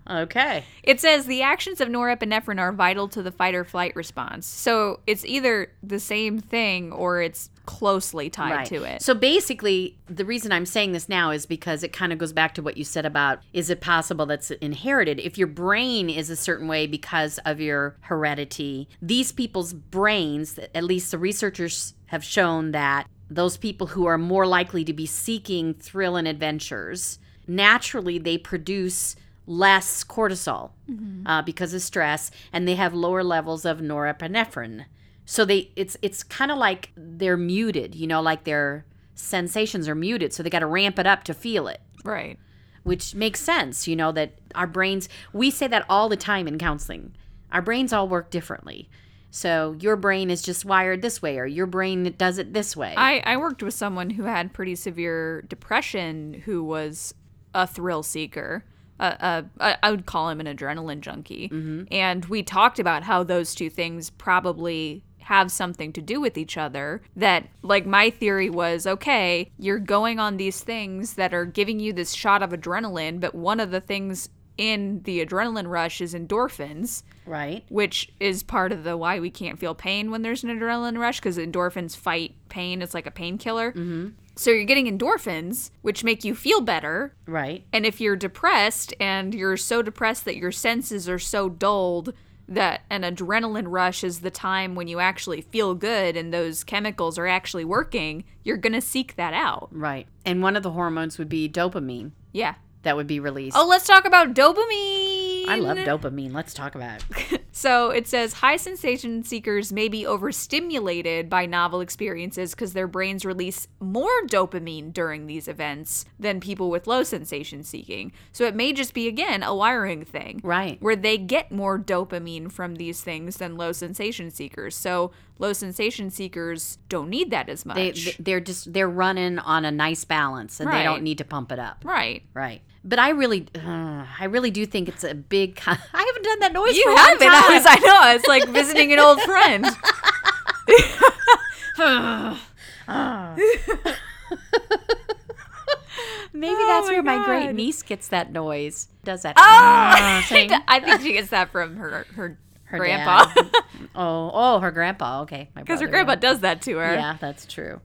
Okay,
It says the actions of norepinephrine are vital to the fight or flight response. So it's either the same thing or it's closely tied
right.
to it.
So basically, the reason I'm saying this now is because it kind of goes back to what you said about is it possible that's inherited? If your brain is a certain way because of your heredity, these people's brains, at least the researchers have shown that those people who are more likely to be seeking thrill and adventures, naturally they produce less cortisol
Mm-hmm.
uh, because of stress and they have lower levels of norepinephrine so they it's it's kind of like they're muted you know like their sensations are muted so they got to ramp it up to feel it
right.
which makes sense you know that our brains we say that all the time in counseling our brains all work differently so your brain is just wired this way or your brain does it this way
I, I worked with someone who had pretty severe depression who was a thrill seeker. Uh, uh, I- I would call him an adrenaline junkie. And we talked about how those two things probably have something to do with each other. That, like, my theory was okay, you're going on these things that are giving you this shot of adrenaline, but one of the things in the adrenaline rush is endorphins
right
which is part of the why we can't feel pain when there's an adrenaline rush because endorphins fight pain. It's like a painkiller. Mm-hmm. So you're getting endorphins, which make you feel better.
right
And if you're depressed and you're so depressed that your senses are so dulled that an adrenaline rush is the time when you actually feel good and those chemicals are actually working, you're going to seek that out.
right and one of the hormones would be dopamine
Yeah.
that would be released
Oh, let's talk about dopamine.
i love dopamine let's talk about it
So it says high sensation seekers may be overstimulated by novel experiences because their brains release more dopamine during these events than people with low sensation seeking. So it may just be, again, a wiring thing.
right
Where they get more dopamine from these things than low sensation seekers. So low sensation seekers don't need that as much.
they they're just they're running on a nice balance and they
Right.
don't need to pump it up
right.
Right. But I really, uh, I really do think it's a big. Con- I haven't done that noise. for
You
a long
have it. I
time.
was- I know. It's like visiting an old friend.
Maybe that's
"Oh my
where my great
God. Oh,
niece gets that noise. Does that?
I
thing.
think she gets that from her her,
Her
grandpa.
dad. oh, oh, her grandpa. Okay, my
Because her
brother,
grandpa does that to her.
Yeah, that's true.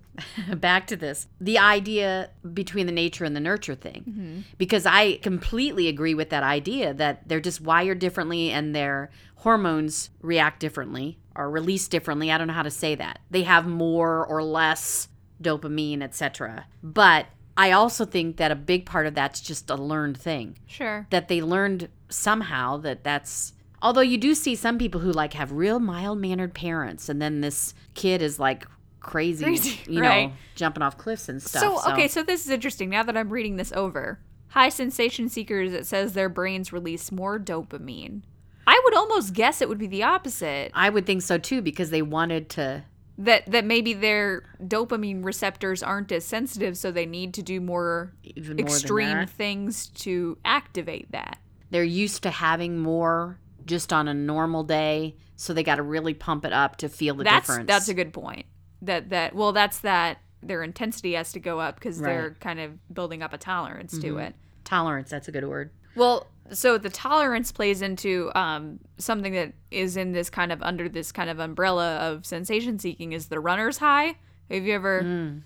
Back to this the idea between the nature and the nurture thing. Because I completely agree with that idea that they're just wired differently and their hormones react differently or release differently. I don't know how to say that. They have more or less dopamine, etc. But I also think that a big part of that's just a learned thing
Sure.
that they learned somehow that that's although you do see some people who like have real mild mannered parents and then this kid is like crazy,
Crazy,
you
right.
know jumping off cliffs and stuff
So, okay, so this is interesting. Now that I'm reading this over, high sensation seekers, it says their brains release more dopamine. I would almost guess it would be the opposite.
i would think so too because they wanted to
That that maybe their dopamine receptors aren't as sensitive, so they need to do more
even more than
extreme
that.
things to activate that.
they're used to having more just on a normal day so they got to really pump it up to feel the
that's
difference
that's a good point. That that well, that's that their intensity has to go up because they're kind of building up a tolerance
Mm-hmm.
to it.
tolerance that's a good word
Well, so the tolerance plays into um, something that is in this kind of under this kind of umbrella of sensation seeking is the runner's high. Have you ever?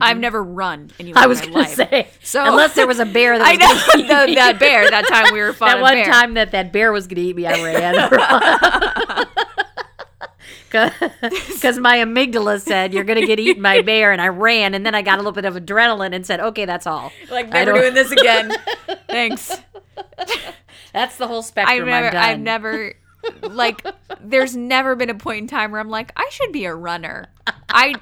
I've never run anywhere
Mm. Mm-hmm. i was
in my
gonna
life.
say
So-
unless there was a bear that
I
was
know that, that bear. That time we were fought
that
a
one
bear.
time that that bear was gonna eat me, I ran. Because my amygdala said, "You're gonna get eaten by a bear," and I ran, and then I got a little bit of adrenaline and said, "Okay, that's all."
Like
I
never
don't-
doing this again. Thanks.
That's the whole
I
spectrum. I
never.
am done.
I've never like there's never been a point in time where I'm like I should be a runner. I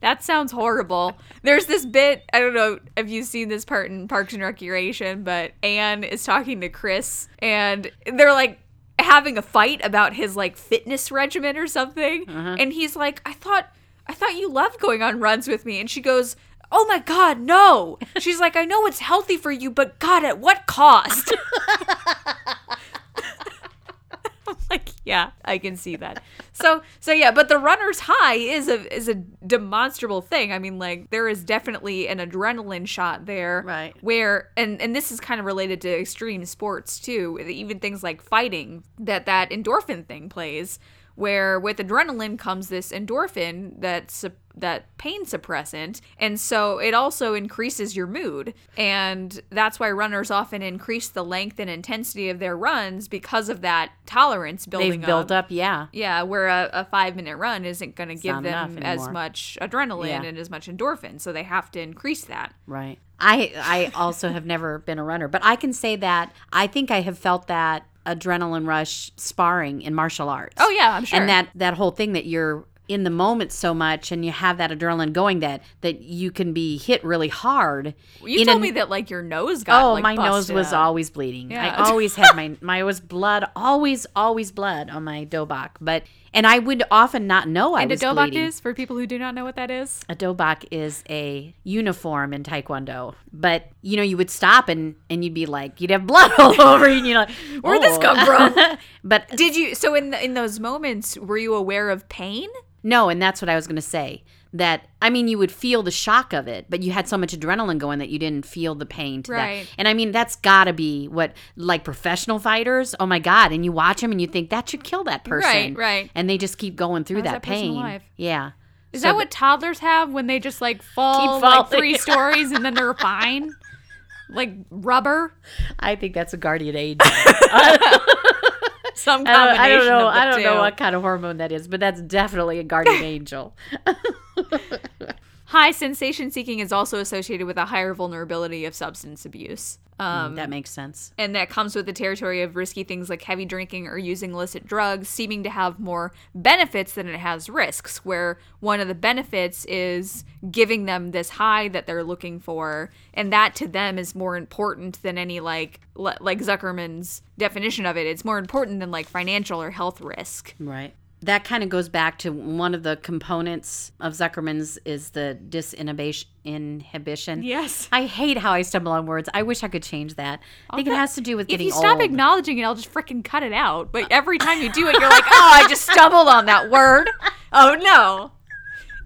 that sounds horrible. There's this bit, I don't know if you've seen this part in Parks and Recreation, but Anne is talking to Chris and they're like having a fight about his like fitness regimen or something. And he's like, I thought I thought you loved going on runs with me. And she goes, Oh my god, no. She's like, I know it's healthy for you, but God, at what cost? like yeah i can see that so so yeah but the runner's high is a is a demonstrable thing i mean like there is definitely an adrenaline shot there
Right.
where and and this is kind of related to extreme sports too even things like fighting that that endorphin thing plays where with adrenaline comes this endorphin that's that pain suppressant and so it also increases your mood and that's why runners often increase the length and intensity of their runs because of that tolerance building
They've built up, yeah.
yeah, where a, a five minute run isn't going to give
not enough
them as
anymore.
much adrenaline
Yeah.
and as much endorphin, so they have to increase that.
Right. I I also have never been a runner, but I can say that I think I have felt that adrenaline rush sparring in martial arts.
Oh yeah, I'm sure.
And that that whole thing that you're in the moment so much and you have that adrenaline going that that you can be hit really hard.
you
in
told
a-
me that like your nose got
Oh,
like,
my nose
busted
was
up.
always bleeding.
Yeah.
I always had my my was blood, always always blood on my dobok. But and I would often not know I
And a
was
dobak
bleeding.
is for people who do not know what that is.
a dobak is a uniform in taekwondo but you know you would stop and and you'd be like you'd have blood all over you and you're like "Oh."
Where'd this come from?
but
Did you? So in the, in those moments, were you aware of pain?
no and that's what i was going to say that i mean you would feel the shock of it but you had so much adrenaline going that you didn't feel the pain to
Right.
that and i mean that's gotta be what like professional fighters oh my god and you watch them and you think that should kill that person
Right, right.
and they just keep going through
How's
that,
that person
pain
alive?
yeah
Is
So
that what toddlers have when they just like fall like
Keep falling.
three stories and then they're fine? Like rubber?
i think that's a guardian age
Some
I don't,
combination.
I don't know.
Of the
I don't know
two.
what kind of hormone that is, but that's definitely a guardian angel.
High sensation seeking is also associated with a higher vulnerability of substance abuse. Um,
that makes sense.
and that comes with the territory of risky things like heavy drinking or using illicit drugs seeming to have more benefits than it has risks where one of the benefits is giving them this high that they're looking for and that to them is more important than any like le- like Zuckerman's definition of it it's more important than like financial or health risk
Right. That kind of goes back to one of the components of Zuckerman's is the disinhibition. Inhibition.
Yes.
I hate how I stumble on words. I wish I could change that. I think it has to do with
if
getting
you stop
old. Uh,
acknowledging it I'll just freaking cut it out but every time you do it you're like oh I just stumbled on that word oh no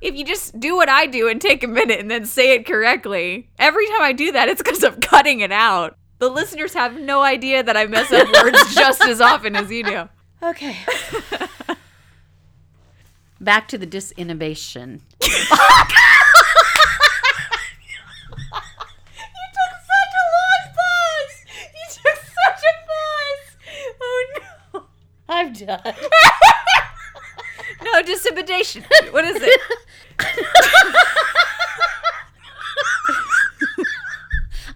if you just do what I do and take a minute and then say it correctly, every time I do that, it's because I'm cutting it out. The listeners have no idea that I mess up words just as often as you do.
okay. back to the disinhibition.
You took such a long pause. You took such a pause. Oh no.
I'm done.
No, disinhibition. What is it?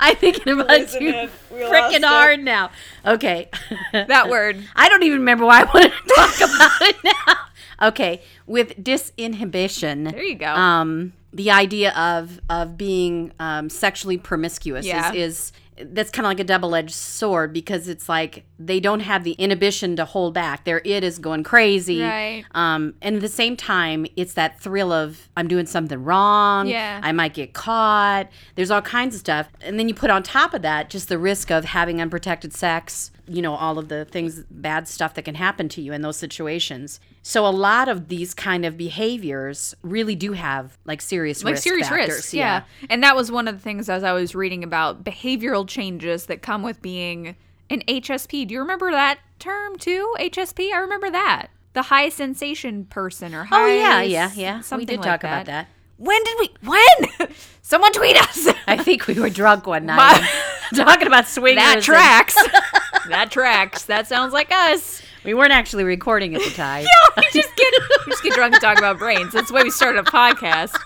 I think it was too freaking hard now. Okay.
That word.
I don't even remember why I wanted to talk about it now. Okay, with disinhibition.
There you go.
Um, the idea of of being um, sexually promiscuous
Yeah.
is, is that's kind of like a double edged sword because it's like they don't have the inhibition to hold back. Their it is going crazy.
Right.
Um, and at the same time, it's that thrill of I'm doing something wrong.
Yeah.
I might get caught. There's all kinds of stuff. And then you put on top of that just the risk of having unprotected sex, you know, all of the things, bad stuff that can happen to you in those situations. So a lot of these kind of behaviors really do have like serious
like
risk
serious
factors.
risks yeah. and that was one of the things as i was reading about behavioral changes that come with being an hsp do you remember that term too hsp i remember that the high sensation person or high
Oh yeah, yeah, yeah.
something
we did
like
talk about that.
when did we when someone tweet us
I think we were drunk one night talking about swingers.
that
and-
tracks that tracks that sounds like us
We weren't actually recording at the time.
we just get we just get drunk and talk about brains that's why we started a podcast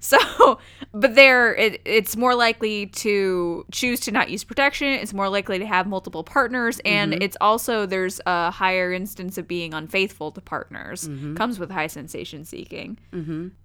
So, but there, it, it's more likely to choose to not use protection. It's more likely to have multiple partners,
Mm-hmm.
and it's also there's a higher instance of being unfaithful to partners.
Mm-hmm.
Comes with high sensation seeking.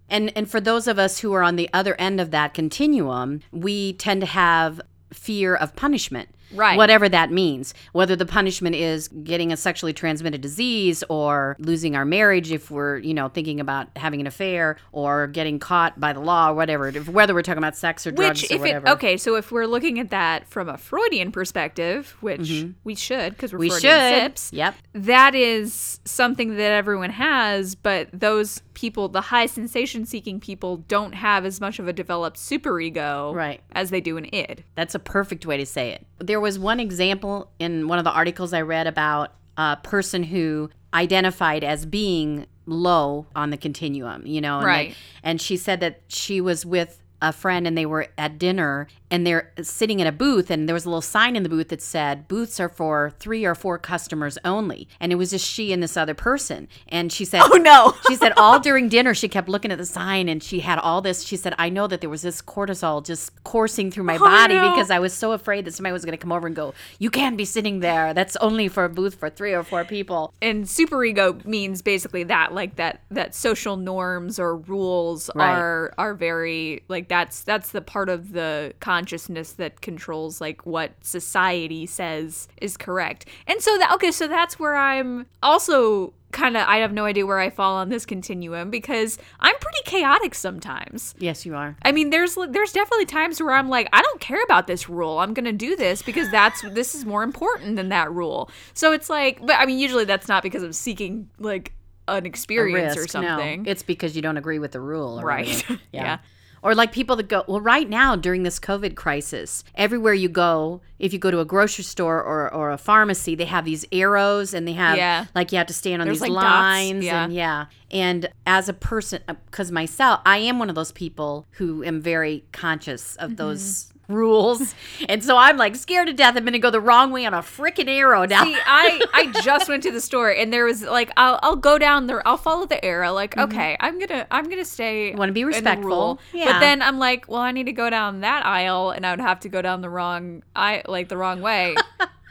And and for those of us who are on the other end of that continuum, we tend to have fear of punishment.
Right.
Whatever that means, whether the punishment is getting a sexually transmitted disease or losing our marriage if we're, you know, thinking about having an affair or getting caught by the law or whatever, if- whether we're talking about sex or drugs
Which,
or
if it
whatever.
okay, so if we're looking at that from a Freudian perspective, which we should because we're
Mm-hmm. We
Freudian
should.
sips,
Yep.
that is something that everyone has, but those people, the high sensation seeking people, don't have as much of a developed superego
Right.
as they do an id.
That's a perfect way to say it. There was one example in one of the articles I read about a person who identified as being low on the continuum, you know, and, they-
Right.
and she said that she was with a friend and they were at dinner and they're sitting in a booth and there was a little sign in the booth that said booths are for three or four customers only and it was just she and this other person and she said
Oh, no.
she said all during dinner she kept looking at the sign and she had all this she said i know that there was this cortisol just coursing through my body
no.
because Oh, i was so afraid that somebody was going to come over and go you can't be sitting there that's only for a booth for three or four people
and superego means basically that like that that social norms or rules
Right.
are are very like that's that's the part of the consciousness that controls like what society says is correct and so that okay so that's where i'm also kind of i have no idea where i fall on this continuum because i'm pretty chaotic sometimes
yes you are
I mean, there's there's definitely times where I'm like, I don't care about this rule. I'm gonna do this because that's this is more important than that rule. So it's like, but I mean, usually that's not because I'm seeking like an experience or
risk, no.
something.
it's because you don't agree with the rule or
Right.
whatever.
Yeah.
Or like people that go, well, right now during this COVID crisis, everywhere you go, if you go to a grocery store or, or a pharmacy, they have these arrows and they have,
Yeah.
like, you have to stand on
There's,
these
like, dots.
lines.
Yeah.
And yeah. And as a person, because myself, I am one of those people who am very conscious
Mm-hmm.
of those rules. And so I'm like scared to death. I'm going to go the wrong way on a freaking arrow now.
See, I I just went to the store and there was like I'll I'll go down there I'll follow the arrow like okay I'm gonna I'm gonna stay
Wanna be
in the
respectful.
rule. but
Yeah.
then I'm like well I need to go down that aisle and I would have to go down the wrong I like the wrong way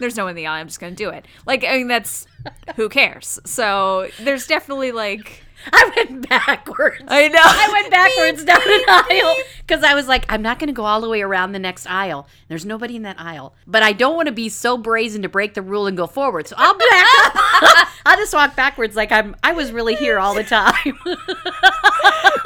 there's no one in the aisle I'm just gonna do it like I mean that's who cares so there's definitely like
I went backwards.
I know
I went backwards down an aisle because I was like, I'm not going to go all the way around the next aisle. There's nobody in that aisle, but I don't want to be so brazen to break the rule and go forward. So I'll back up. I'll just walk backwards like I'm. I was really here all the time.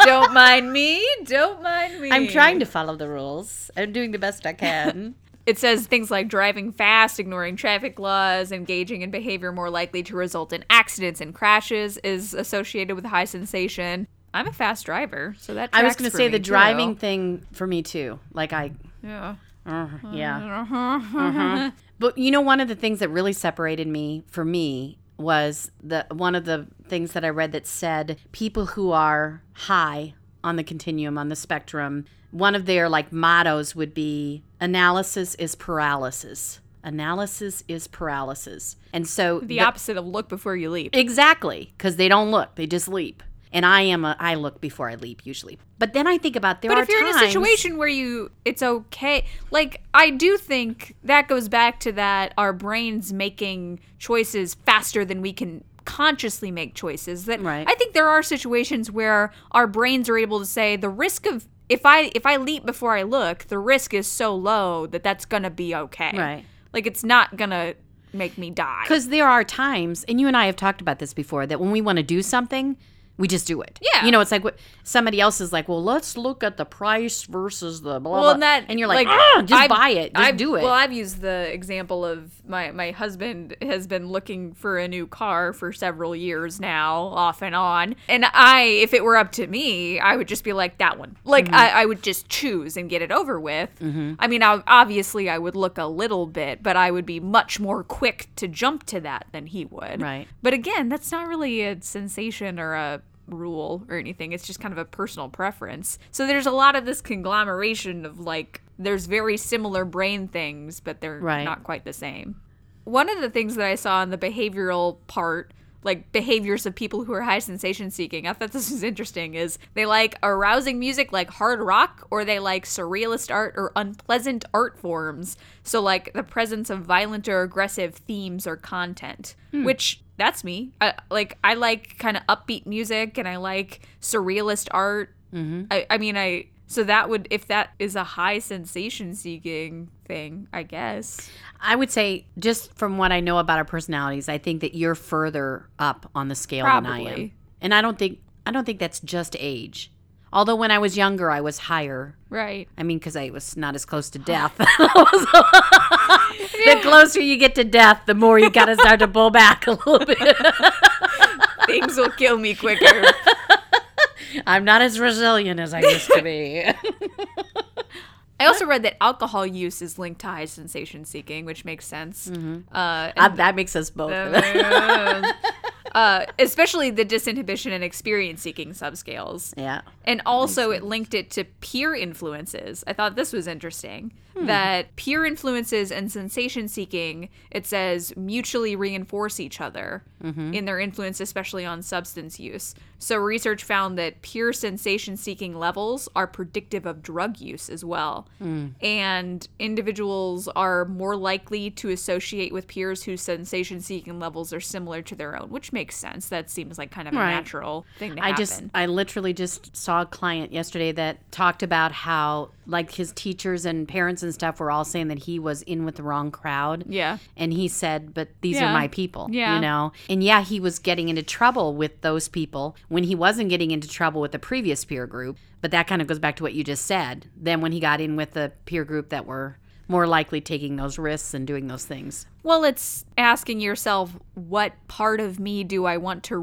don't mind me don't mind me
I'm trying to follow the rules. I'm doing the best I can.
It says things like driving fast, ignoring traffic laws, engaging in behavior more likely to result in accidents and crashes is associated with high sensation. I'm a fast driver, so that
I was
tracks
going to
for
say
me,
the
too.
driving thing for me too. Like I,
Yeah. Uh-huh.
uh, yeah. Uh-huh. But you know, one of the things that really separated me for me was the one of the things that I read that said people who are high on the continuum on the spectrum, one of their like mottos would be analysis is paralysis. Analysis is paralysis. And so
The opposite of look before you leap.
exactly cuz they don't look, they just leap. And I am a I look before I leap usually. But then I think about there
But
are
if you're in a
times-
situation where you, it's okay. Like, I do think that goes back to that our brains making choices faster than we can consciously make choices. That
Right.
I think there are situations where our brains are able to say the risk of if I if I leap before I look, the risk is so low that that's gonna be okay.
Right.
Like it's not gonna make me die.
Because there are times, and you and I have talked about this before, that when we want to do something, we just do it.
Yeah.
You know, it's like what somebody else is like, well, let's look at the price versus the blah,
well,
blah.
and that
and you're like, "Ah, just
I've-
buy it. Just
I've-
do it.
Well, I've used the example of my my husband has been looking for a new car for several years now, off and on. And I, if it were up to me, I would just be like that one. Like
Mm-hmm.
I, I would just choose and get it over with. I mean, I, obviously, I would look a little bit, but I would be much more quick to jump to that than he would.
Right.
But again, that's not really a sensation or a rule or anything. It's just kind of a personal preference. So there's a lot of this conglomeration of like, there's very similar brain things, but they're
Right.
not quite the same. One of the things that I saw in the behavioral part like behaviors of people who are high sensation seeking. I thought this was interesting is they like arousing music like hard rock or they like surrealist art or unpleasant art forms. So like the presence of violent or aggressive themes or content, which that's me. I, like I like kind of upbeat music and I like surrealist art. I, I mean I so that would if that is a high sensation seeking thing, I guess.
I would say, just from what I know about our personalities, I think that you're further up on the scale than I am.
Probably.
And I don't think I don't think that's just age. Although when I was younger, I was higher.
Right.
I mean, because I was not as close to death. the closer you get to death, the more you gotta start to pull back a little bit.
Things will kill me quicker.
I'm not as resilient as I used to be.
I also read that alcohol use is linked to high sensation seeking, which makes sense. Uh,
Uh,
and-
that makes us both.
uh, especially the disinhibition and experience seeking subscales.
yeah.
And also, it linked it to peer influences. I thought this was interesting
Hmm.
that peer influences and sensation seeking, it says, mutually reinforce each other
Mm-hmm.
in their influence, especially on substance use. So, research found that peer sensation seeking levels are predictive of drug use as well.
Hmm.
And individuals are more likely to associate with peers whose sensation seeking levels are similar to their own, which makes sense. That seems like kind of a
Right.
natural thing to
I
happen.
just I literally just saw a client yesterday that talked about how like his teachers and parents and stuff were all saying that he was in with the wrong crowd.
Yeah.
And he said, "But these
Yeah.
are my people."
Yeah.
You know. And yeah, he was getting into trouble with those people when he wasn't getting into trouble with the previous peer group, but that kind of goes back to what you just said. Then when he got in with the peer group that were more likely taking those risks and doing those things.
Well, it's asking yourself, what part of me do I want to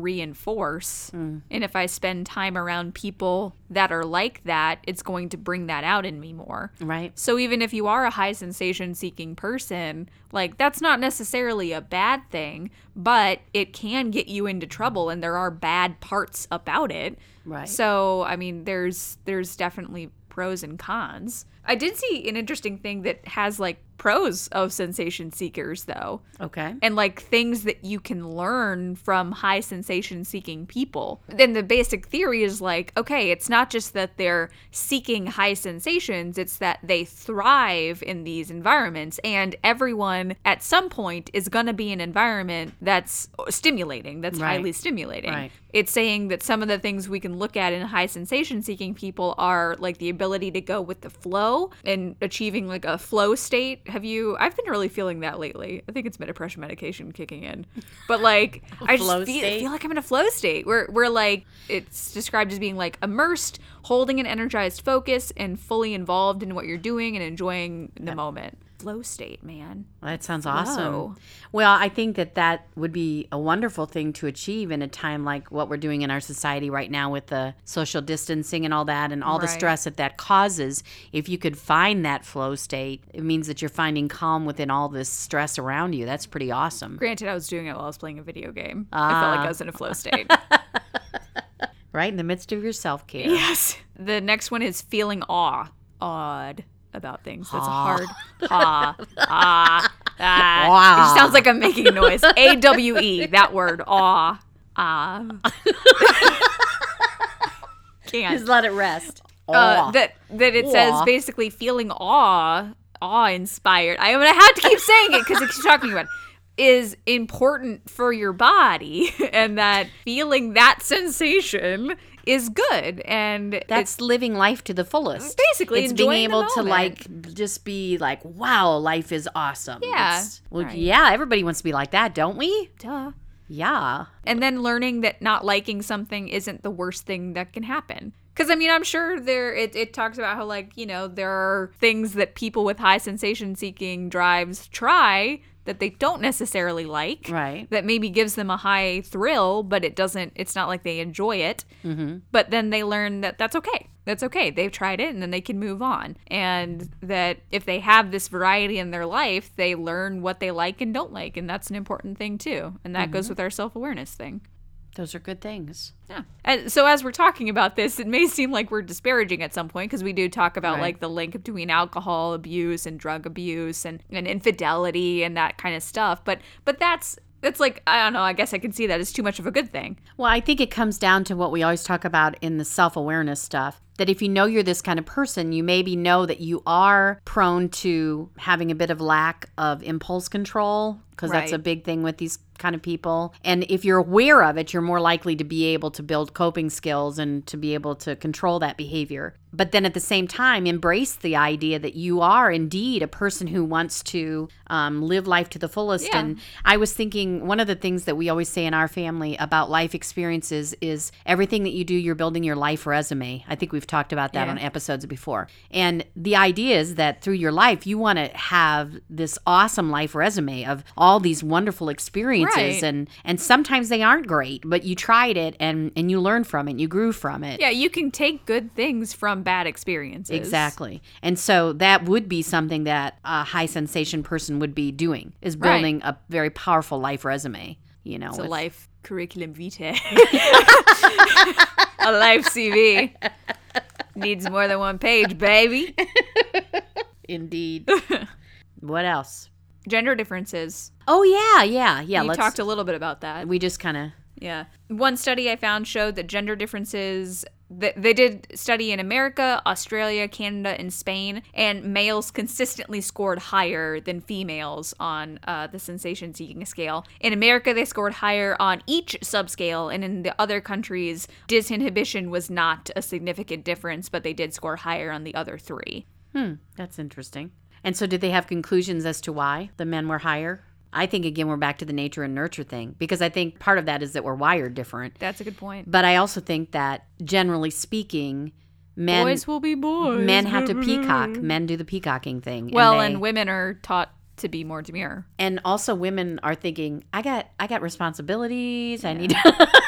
reinforce? And if I spend time around people that are like that, it's going to bring that out in me more.
Right?
So even if you are a high sensation seeking person, like that's not necessarily a bad thing, but it can get you into trouble and there are bad parts about it.
Right.
So, I mean, there's there's definitely pros and cons. I did see an interesting thing that has like pros of sensation seekers though
Okay.
and like things that you can learn from high sensation seeking people. Then the basic theory is like, okay, it's not just that they're seeking high sensations, it's that they thrive in these environments. And everyone at some point is going to be in an environment that's stimulating, that's
Right.
highly stimulating
Right.
it's saying that some of the things we can look at in high sensation seeking people are like the ability to go with the flow and achieving like a flow state. Have you I've been really feeling that lately. I think it's depression medication kicking in. But like I just
Flow
feel,
state?
feel like I'm in a flow state where where like it's described as being like immersed, holding an energized focus and fully involved in what you're doing and enjoying the moment. Flow state, man.
That sounds awesome.
Whoa.
Well, I think that that would be a wonderful thing to achieve in a time like what we're doing in our society right now with the social distancing and all that and all the
Right.
stress that that causes. If you could find that flow state, it means that you're finding calm within all this stress around you. That's pretty awesome.
Granted, I was doing it while I was playing a video game. I felt like I was in a flow state.
Right in the midst of your self-care.
Yes. The next one is feeling awe, awed about things. That's a hard ha ah ah. It just
Wow.
sounds like I'm making a noise. A W E. That word awe ah. Can't.
Just let it rest.
Uh,
Aw.
that that it
Aw.
says basically feeling awe, awe inspired. I, I mean, I have to keep saying it because it keeps talking about it, is important for your body, and that feeling that sensation is good. And
That's living life to the fullest.
Basically,
it's being
enjoying the
able to
moment.
like just be like, "Wow, life is awesome."
Yeah.
It's- well,
Right.
yeah, everybody wants to be like that, don't we?
Duh.
Yeah.
And then learning that not liking something isn't the worst thing that can happen. Because I mean, I'm sure there it, it talks about how like you know there are things that people with high sensation seeking drives try that they don't necessarily like.
Right.
That maybe gives them a high thrill, but it doesn't. It's not like they enjoy it. Mm-hmm. But then they learn that that's okay. That's okay. They've tried it, and then they can move on. And that if they have this variety in their life, they learn what they like and don't like, and that's an important thing too. And that goes with our self awareness thing.
Those are good things.
Yeah. And so as we're talking about this, it may seem like we're disparaging at some point because we do talk about
Right.
like the link between alcohol abuse and drug abuse and, and infidelity and that kind of stuff. But but that's That's like I don't know. I guess I can see that as too much of a good thing.
Well, I think it comes down to what we always talk about in the self awareness stuff that if you know you're this kind of person, you maybe know that you are prone to having a bit of lack of impulse control, because that's a
Right.
big thing with these kind of people. And if you're aware of it, you're more likely to be able to build coping skills and to be able to control that behavior. But then at the same time, embrace the idea that you are indeed a person who wants to um, live life to the fullest.
Yeah.
And I was thinking one of the things that we always say in our family about life experiences is everything that you do, you're building your life resume. I think we've talked about that
Yeah.
on episodes before. And the idea is that through your life, you want to have this awesome life resume of all these wonderful experiences
Right.
and and sometimes they aren't great, but you tried it and and you learned from it, you grew from it.
Yeah, you can take good things from bad experiences.
Exactly. And so that would be something that a high sensation person would be doing is
Right.
building a very powerful life resume, you know.
It's a
with-
life curriculum vitae. a life CV. Needs more than one page, baby.
Indeed. what else?
Gender differences.
Oh yeah, yeah, yeah.
you
let's
talked a little bit about that.
we just kind of
Yeah. One study I found showed that gender differences th- they did study in America, Australia, Canada, and Spain, and males consistently scored higher than females on uh, the sensation seeking scale. In America, they scored higher on each subscale, and in the other countries, disinhibition was not a significant difference, but they did score higher on the other three.
Hmm, that's interesting. And so, did they have conclusions as to why the men were higher? I think, again, we're back to the nature and nurture thing because I think part of that is that we're wired different.
That's a good point.
But I also think that, generally speaking, men
boys will be boys.
men have to peacock. Men do the peacocking thing.
Well,
they-
and women are taught to be more demure.
and also women are thinking, I got I got responsibilities. I need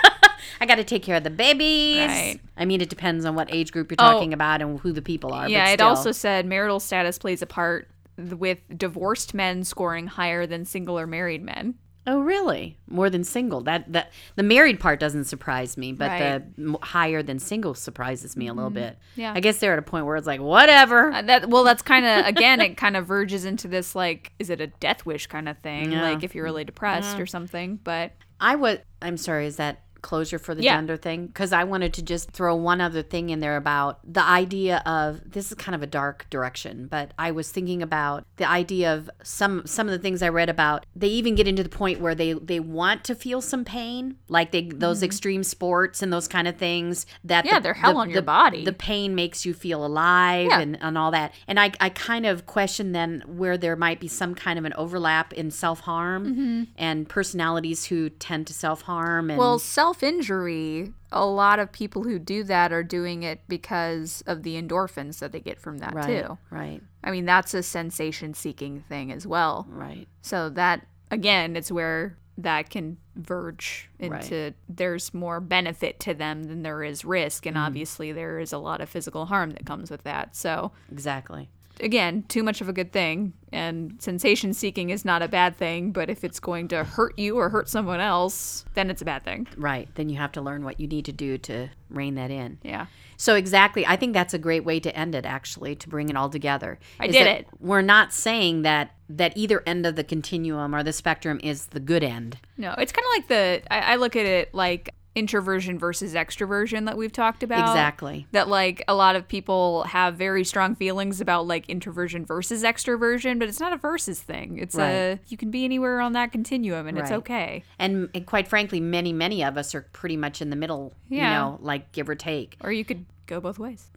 I got to take care of the babies.
Right.
I mean, it depends on what age group you're
Oh.
talking about and who the people are.
Yeah,
but
it
still.
also said marital status plays a part th- with divorced men scoring higher than single or married men.
Oh, really? More than single. That that the married part doesn't surprise me, but the m- higher than single surprises me a little bit.
Mm-hmm. Yeah.
I guess they're at a point where it's like whatever.
Uh, that well, that's kind of again, it kind of verges into this like, is it a death wish kind of thing?
Yeah.
Like if you're really depressed or something. But
I was. I'm sorry. Is that closure for the
Yeah.
gender thing? Because I wanted to just throw one other thing in there about the idea of this is kind of a dark direction, but I was thinking about the idea of some some of the things I read about. They even get into the point where they they want to feel some pain, like they those extreme sports and those kind of things. That
Mm-hmm. Yeah, they're hell on your body.
The pain makes you feel alive
Yeah.
and, and all that. And I, I kind of question then where there might be some kind of an overlap in self harm and personalities who tend to self harm. And
Mm-hmm. well, self injury. A lot of people who do that are doing it because of the endorphins that they get from that
right,
too.
right,
I mean, that's a sensation seeking thing as well.
right.
So that again, it's where that can verge
Right.
into there's more benefit to them than there is risk
Mm.
and obviously there is a lot of physical harm that comes with that. So
Exactly.
again, too much of a good thing and sensation seeking is not a bad thing, but if it's going to hurt you or hurt someone else, then it's a bad thing.
Right. Then you have to learn what you need to do to rein that in.
Yeah.
So exactly, I think that's a great way to end it. Actually, to bring it all together.
I
Is
did
that
it.
We're not saying that that either end of the continuum or the spectrum is the good end.
No, it's kind of like the I, I look at it like introversion versus extroversion that we've talked about.
Exactly.
that like a lot of people have very strong feelings about like introversion versus extroversion but it's not a versus thing it's a you can be anywhere on that continuum and it's
Right.
okay
And, and quite frankly, many, many of us are pretty much in the middle,
Yeah.
you know, like give or take,
or you could go both ways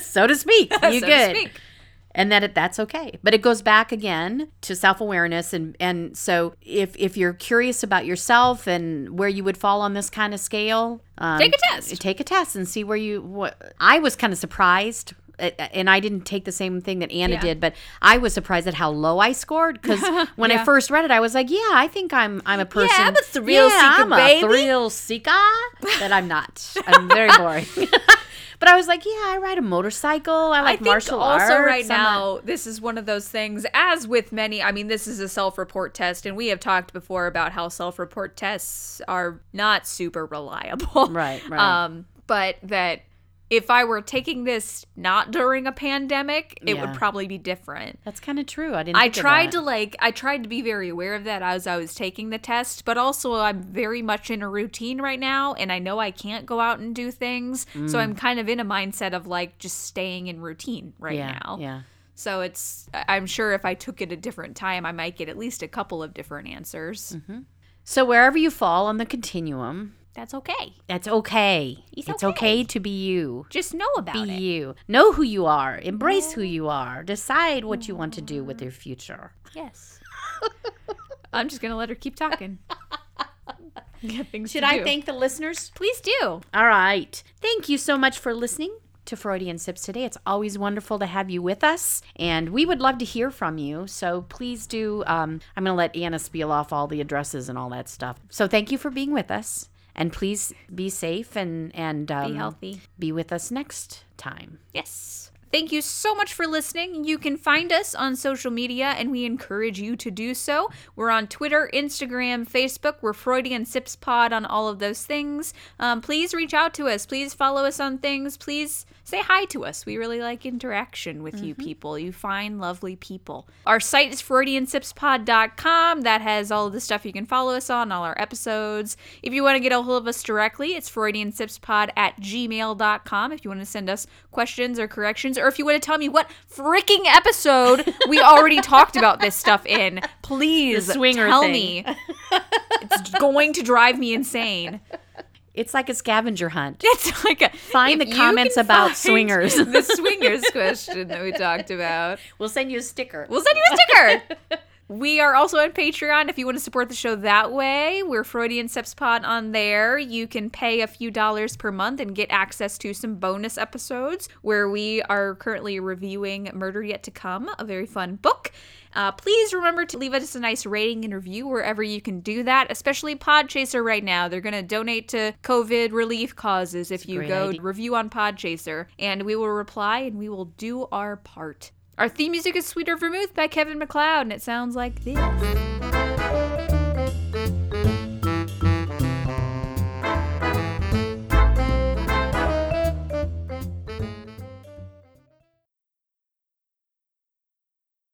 so to speak. You
so
good.
to speak
And that it, that's okay. But it goes back again to self awareness. And, and so if, if you're curious about yourself and where you would fall on this kind of scale, um,
Take a test.
Take a test and see where you. What I was kind of surprised. uh, And I didn't take the same thing that Anna
Yeah.
did, but I was surprised at how low I scored. Because when I first read it, I was like, "Yeah, I think I'm I'm a person.
I'm a thrill
Yeah,
seeker,
I'm a
baby."
thrill seeker." But I'm not. I'm very boring. but I was like, "Yeah, I ride a motorcycle. I
I
like
think
martial
also
arts.
right
I'm a-
now, this is one of those things, as with many, I mean, this is a self report test, and we have talked before about how self report tests are not super reliable.
Right, right.
Um, but that if I were taking this not during a pandemic, it
Yeah.
would probably be different.
That's kind of true. I didn't.
I
think of
tried
that.
to like I tried to be very aware of that as I was taking the test, but also I'm very much in a routine right now and I know I can't go out and do things.
Mm.
So I'm kind of in a mindset of like just staying in routine right
yeah,
now.
Yeah.
So it's I- I'm sure if I took it a different time, I might get at least a couple of different answers.
Mm-hmm. So wherever you fall on the continuum,
That's okay.
that's okay.
It's
it's okay to be you.
Just know
Be
about it.
you. Know who you are. Embrace who you are. Decide what you want to do
Ah.
with your future.
Yes. I'm just gonna let her keep talking. Got things
Should
to
I
do.
thank the listeners?
Please do.
All right. Thank you so much for listening to Freudian Sips today. It's always wonderful to have you with us, and we would love to hear from you. So please do. Um, I'm going to let Anna spiel off all the addresses and all that stuff. So thank you for being with us, and please be safe and and um,
Be healthy.
Be with us next time.
Yes. Thank you so much for listening. You can find us on social media, and we encourage you to do so. We're on Twitter, Instagram, Facebook. We're Freudian Sips Pod on all of those things. Um, please reach out to us. Please follow us on things. Please say hi to us. We really like interaction with you people. You fine, lovely people. Our site is FreudianSipsPod.com. That has all of the stuff you can follow us on, all our episodes. If you want to get a hold of us directly, it's FreudianSipsPod at gmail.com. If you want to send us questions or corrections, or if you want to tell me what freaking episode we already talked about this stuff in, please
The swinger
tell
thing.
me. It's going to drive me insane.
It's like a scavenger hunt.
It's like a
Find
if
the
you
comments
can
about
find
swingers.
The swingers question that we talked about.
We'll send you a sticker.
We'll send you a sticker. We are also on Patreon if you want to support the show that way. We're Freudian Seps Pod on there. You can pay a few dollars per month and get access to some bonus episodes where we are currently reviewing Murder Yet to Come, a very fun book. Uh, please remember to leave us a nice rating and review wherever you can do that, especially Podchaser right now. They're going to donate to COVID relief causes if you
great
go
idea.
review on Podchaser, and we will reply and we will do our part. Our theme music is Sweeter Vermouth by Kevin McLeod, and it sounds like this.